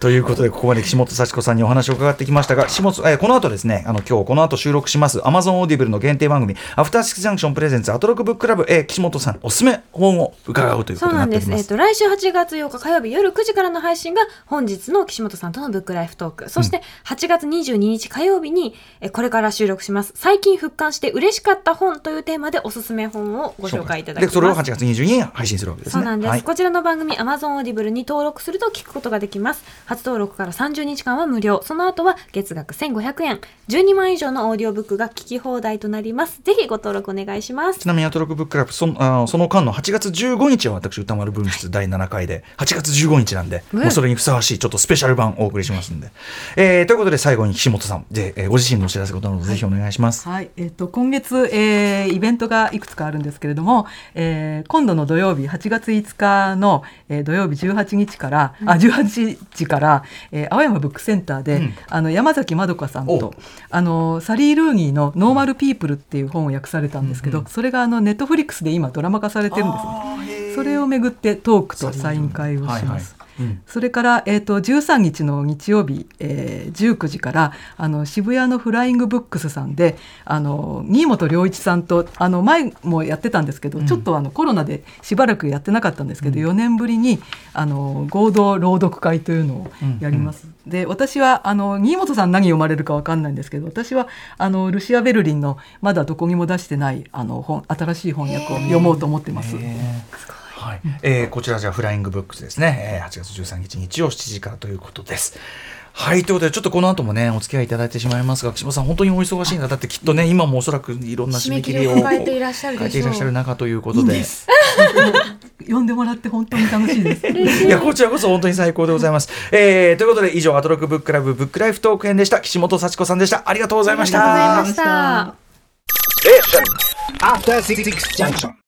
Speaker 1: ということでここまで岸本幸子さんにお話を伺ってきましたが岸本さんえーこの後ですねあの今日この後収録します Amazon オーディブルの限定番組「アフターシックスジャンクションプレゼンツアトロックブッククラブ」えー岸本さんおすすめ本を伺うというこ
Speaker 2: そ
Speaker 1: と
Speaker 2: う
Speaker 1: にな
Speaker 2: な
Speaker 1: っ
Speaker 2: ん
Speaker 1: てお
Speaker 2: で
Speaker 1: り
Speaker 2: す。
Speaker 1: ま
Speaker 2: えっ、
Speaker 1: す。
Speaker 2: と、来週8月8日火曜日夜9時からの配信が本日の岸本さんとのブックライフトーク。そして8月22日火曜日に、えーこれから収録します。最近復刊して嬉しかった本というテーマでおすすめ本をご紹介いただきま
Speaker 1: で
Speaker 2: す。
Speaker 1: それを8月22日に配信するわけですね。
Speaker 2: そうなんです、
Speaker 1: はい
Speaker 2: こちらの番組 Amazon Audible に登録すると聞くことができます初登録から30日間は無料その後は月額1500円12万以上のオーディオブックが聞き放題となりますぜひご登録お願いします
Speaker 1: ちなみにアトロックブッククラブそのあーその間の8月15日は私歌丸文室第7回で8月15日なんで、もうそれにふさわしいちょっとスペシャル版お送りしますんで、えーということで最後に岸本さんで、えーご自身のお知らせことなどぜひお願いします。
Speaker 3: はい、えっ、と今月、えーイベントがいくつかあるんですけれども、えー今度の土曜日8月5日の、えー土曜日18日から、あ18時から、えー青山ブックセンターで、
Speaker 1: うん
Speaker 3: あの山崎まどかさん
Speaker 1: お
Speaker 3: とあのサリー・ルーニーの「ノーマル・ピープル」っていう本を訳されたんですけど、それがあのネットフリックスで今ドラマ化されてるんですね。それをめぐってトークとサイン会をします。
Speaker 1: はいはいうん
Speaker 3: それから、えー、と13日の日曜日、えー19時からあの渋谷のフライングブックスさんであの新本良一さんとあの前もやってたんですけど、ちょっとあのコロナでしばらくやってなかったんですけど、4年ぶりにあの合同朗読会というのをやります。で私はあの新本さん何読まれるかわかんないんですけど私はあのルシア・ベルリンのまだどこにも出してないあの本新しい翻訳を読もうと思ってます。
Speaker 1: はいえーこちらじゃあフライングブックスですね、えー8月13日日曜7時からということです。はいということでちょっとこの後もねお付き合いいただいてしまいますが岸本さん本当にお忙しいんだだってきっとね今もおそらくいろんな締め切りを
Speaker 5: 締め切りを抱えていらっしゃるでしょう
Speaker 1: 抱えていらっしゃる中ということで。
Speaker 3: 呼んでもらって本当に楽しいです。
Speaker 1: いや、こちらこそ本当に最高でございます。えー、ということで、以上、アトロックブッククラブブックライフトーク編でした。岸本幸子さんでした。ありがとうございました。
Speaker 2: ありがとうございました
Speaker 6: After Six Junction.